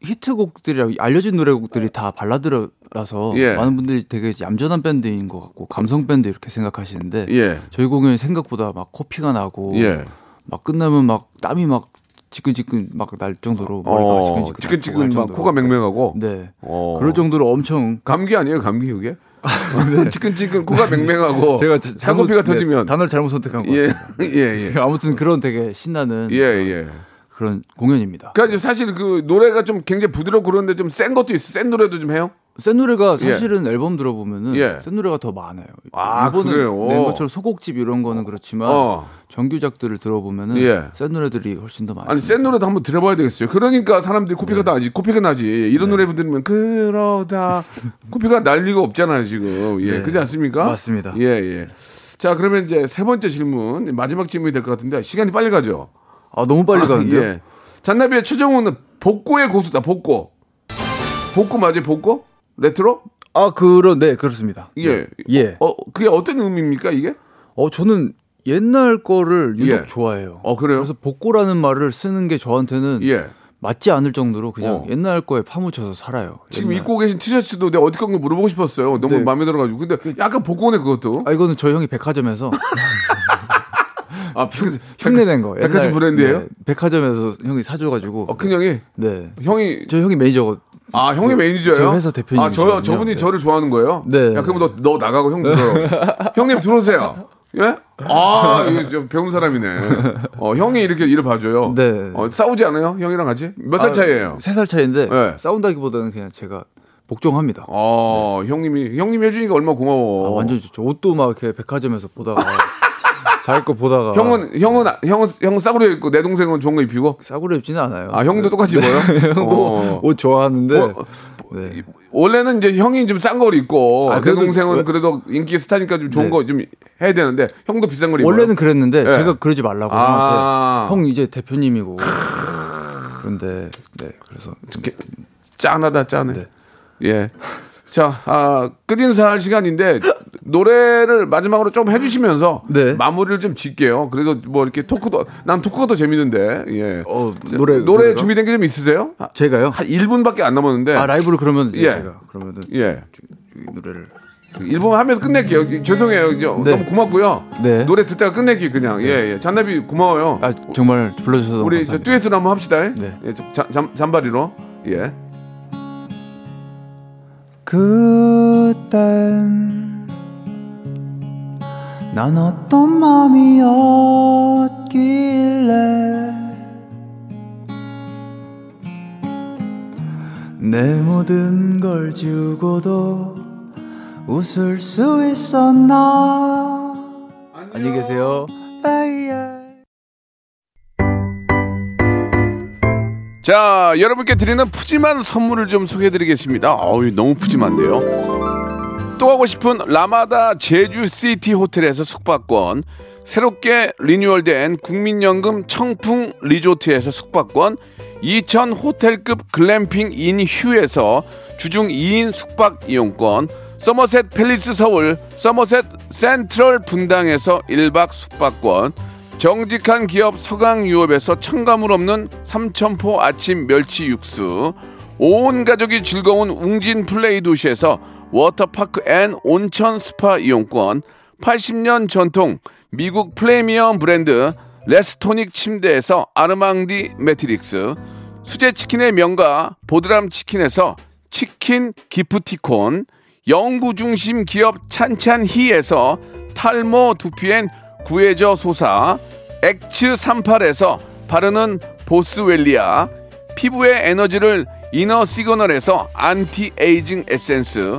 Speaker 5: 히트곡들이라고 알려진 노래곡들이 다 발라드라서
Speaker 3: 예.
Speaker 5: 많은 분들이 되게 얌전한 밴드인 것 같고 감성 밴드 이렇게 생각하시는데
Speaker 3: 예.
Speaker 5: 저희 공연이 생각보다 막 코피가 나고
Speaker 3: 예.
Speaker 5: 막 끝나면 막 땀이 막 지끈지끈 막 날 정도로 머리가
Speaker 3: 어,
Speaker 5: 지끈지끈
Speaker 3: 지끈지끈 막
Speaker 5: 날
Speaker 3: 코가
Speaker 5: 정도로.
Speaker 3: 맹맹하고
Speaker 5: 네
Speaker 3: 어.
Speaker 5: 그럴 정도로 엄청 네.
Speaker 3: 감기 아니에요 감기 그게 네. 지끈지끈 코가 맹맹하고
Speaker 5: 제가 네,
Speaker 3: 살코피가 터지면
Speaker 5: 단어를 잘못 선택한 거
Speaker 3: 예,
Speaker 5: 같아요.
Speaker 3: 예, 예.
Speaker 5: 아무튼 그런 되게 신나는
Speaker 3: 예, 예.
Speaker 5: 그런 공연입니다.
Speaker 3: 그러니까 이제 사실 그 노래가 좀 굉장히 부드럽고 그런데 좀 센 것도 있어. 센 노래도 좀 해요?
Speaker 5: 센 노래가 사실은 앨범 들어보면은
Speaker 3: 예.
Speaker 5: 센 노래가 더 많아요.
Speaker 3: 아,
Speaker 5: 일본은
Speaker 3: 그래요?
Speaker 5: 낸 것처럼 소곡집 이런 거는 그렇지만
Speaker 3: 어.
Speaker 5: 정규작들을 들어보면은
Speaker 3: 예.
Speaker 5: 센 노래들이 훨씬 더 많아요.
Speaker 3: 아니 센 노래도 한번 들어봐야 되겠어요. 그러니까 사람들이 코피가
Speaker 5: 네.
Speaker 3: 나지, 코피가 나지. 이런 노래 들으면 그러다 코피가 날 리가 없잖아요 지금. 예,
Speaker 5: 네.
Speaker 3: 그렇지 않습니까?
Speaker 5: 맞습니다.
Speaker 3: 예, 예. 자 그러면 이제 세 번째 질문, 마지막 질문이 될 것 같은데 시간이 빨리 가죠.
Speaker 5: 아, 너무 빨리 가는데요.
Speaker 3: 예. 잔나비의 최정우는 복고의 고수다. 복고. 복고 맞아요? 복고? 레트로?
Speaker 5: 아 그런데 그렇습니다.
Speaker 3: 예.
Speaker 5: 예.
Speaker 3: 어 그게 어떤 의미입니까 이게?
Speaker 5: 어 저는 옛날 거를 유독
Speaker 3: 예.
Speaker 5: 좋아해요.
Speaker 3: 어, 그래요?
Speaker 5: 그래서 복고라는 말을 쓰는 게 저한테는
Speaker 3: 예.
Speaker 5: 맞지 않을 정도로 그냥
Speaker 3: 어.
Speaker 5: 옛날 거에 파묻혀서 살아요.
Speaker 3: 지금
Speaker 5: 옛날.
Speaker 3: 입고 계신 티셔츠도 내가 어디 건가 물어보고 싶었어요. 너무
Speaker 5: 네.
Speaker 3: 마음에 들어가지고. 근데 약간 복고네 그것도.
Speaker 5: 아 이거는 저희 형이 백화점에서
Speaker 3: 아, 흉-
Speaker 5: 흉내낸 거.
Speaker 3: 백화점
Speaker 5: 옛날-
Speaker 3: 브랜드예요?
Speaker 5: 네, 백화점에서 형이 사줘가지고.
Speaker 3: 어, 큰형이
Speaker 5: 네.
Speaker 3: 형이
Speaker 5: 저희 형이 매니저고.
Speaker 3: 아 형이
Speaker 5: 저-
Speaker 3: 매니저예요?
Speaker 5: 저 회사 대표님이시거든요.
Speaker 3: 아 저, 저분이
Speaker 5: 네.
Speaker 3: 저를 좋아하는 거예요?
Speaker 5: 네.
Speaker 3: 야 그럼 너, 너 나가고 형 들어. 형님 들어오세요. 예? 아 이거 저 배운 사람이네. 어 형이 이렇게 일을 봐줘요.
Speaker 5: 네.
Speaker 3: 어, 싸우지 않아요? 형이랑 같이? 몇 살 차이예요?
Speaker 5: 아, 세살 차이인데
Speaker 3: 네.
Speaker 5: 싸운다기보다는 그냥 제가 복종합니다.
Speaker 3: 어 형님이 형님이 해주니까 얼마나 고마워.
Speaker 5: 아, 완전 좋죠. 옷도 막 이렇게 백화점에서 보다가 자기 거 보다가
Speaker 3: 형은 형은 아- 형은 형은 싸구려 입고 내 동생은 좋은 거 입히고.
Speaker 5: 싸구려 입지는 않아요. 네.
Speaker 3: 아 형도 똑같이 입어요? 어.
Speaker 5: 옷 좋아하는데
Speaker 3: 어,
Speaker 5: 네.
Speaker 3: 원래는 이제 형이 좀 싼 걸 입고
Speaker 5: 아,
Speaker 3: 내
Speaker 5: 그래도-
Speaker 3: 동생은
Speaker 5: 왜-
Speaker 3: 그래도 인기 스타니까 좀 좋은
Speaker 5: 네.
Speaker 3: 거 좀 해야 되는데 형도 비싼 걸 입어요.
Speaker 5: 원래는 그랬는데
Speaker 3: 예.
Speaker 5: 제가 그러지 말라고
Speaker 3: 아.
Speaker 5: 형한테 형 이제 대표님이고 그런데 네 그래서
Speaker 3: 이렇게 짠하다 짠해.
Speaker 5: 네.
Speaker 3: 예. 자, 아, 끝인사할 시간인데 노래를 마지막으로 좀 해주시면서
Speaker 5: 네.
Speaker 3: 마무리를 좀 짓게요. 그래도 뭐 이렇게 토크도 난 토크가 더 재밌는데 예.
Speaker 5: 어,
Speaker 3: 자,
Speaker 5: 노래-
Speaker 3: 노래
Speaker 5: 노래가?
Speaker 3: 준비된 게 좀 있으세요? 아,
Speaker 5: 제가요
Speaker 3: 한 1분밖에 안 남았는데
Speaker 5: 아 라이브를 그러면
Speaker 3: 예.
Speaker 5: 예. 제가 그러면은
Speaker 3: 예.
Speaker 5: 이 노래를
Speaker 3: 1분 하면서 끝낼게요. 죄송해요. 이제 너무 고맙고요.
Speaker 5: 네.
Speaker 3: 노래 듣다가 끝낼게요 그냥. 예, 예. 잔나비 고마워요.
Speaker 5: 아 정말 불러주셔서 너무
Speaker 3: 우리 저
Speaker 5: 감사합니다.
Speaker 3: 듀엣으로 한번 합시다.
Speaker 5: 네.
Speaker 3: 예, 저 잠, 잠바리로. 예.
Speaker 6: 그땐 난 어떤 맘이었길래 내 모든 걸 주고도 웃을 수 있었나
Speaker 5: 안녕히 계세요.
Speaker 6: 에이.
Speaker 3: 자, 여러분께 드리는 푸짐한 선물을 좀 소개해 드리겠습니다. 어우, 너무 푸짐한데요. 또 가고 싶은 라마다 제주시티 호텔에서 숙박권, 새롭게 리뉴얼된 국민연금 청풍 리조트에서 숙박권, 2000 호텔급 글램핑 인 휴에서 주중 2인 숙박 이용권, 서머셋 팰리스 서울, 서머셋 센트럴 분당에서 1박 숙박권, 정직한 기업 서강유업에서 첨가물 없는 삼천포 아침 멸치 육수 온 가족이 즐거운 웅진 플레이 도시에서 워터파크 앤 온천 스파 이용권 80년 전통 미국 프리미엄 브랜드 레스토닉 침대에서 아르망디 매트릭스 수제 치킨의 명가 보드람 치킨에서 치킨 기프티콘 연구 중심 기업 찬찬히에서 탈모 두피엔 구해저 소사 엑츠 38에서 바르는 보스웰리아 피부의 에너지를 이너 시그널에서 안티에이징 에센스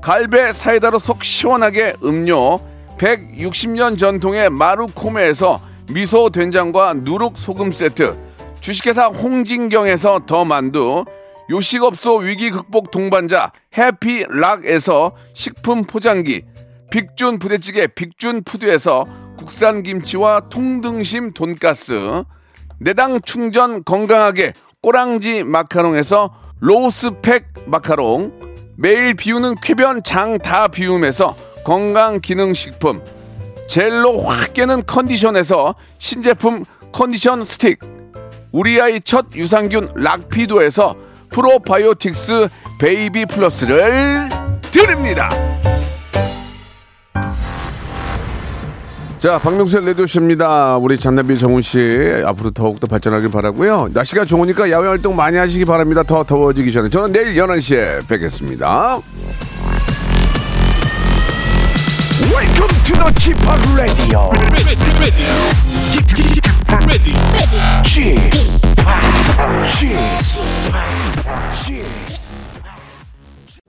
Speaker 3: 갈배 사이다로 속 시원하게 음료 160년 전통의 마루코메에서 미소 된장과 누룩 소금 세트, 주식회사 홍진경에서 더 만두, 요식업소 위기 극복 동반자 해피락에서 식품 포장기, 빅준 부대찌개 빅준 푸드에서 국산 김치와 통등심 돈가스, 내당 충전 건강하게 꼬랑지 마카롱에서 로스팩 마카롱, 매일 비우는 쾌변 장 다 비움에서 건강 기능 식품, 젤로 확 깨는 컨디션에서 신제품 컨디션 스틱, 우리 아이 첫 유산균 락피도에서 프로바이오틱스 베이비 플러스를 드립니다. 자, 박명수의 레디오쇼입니다. 우리 잔나비 정훈 씨 앞으로 더욱더 발전하길 바라고요. 날씨가 좋으니까 야외 활동 많이 하시기 바랍니다. 더 더워지기 전에. 저는 내일 11시에 뵙겠습니다.
Speaker 4: Welcome to the Chip Radio. Chip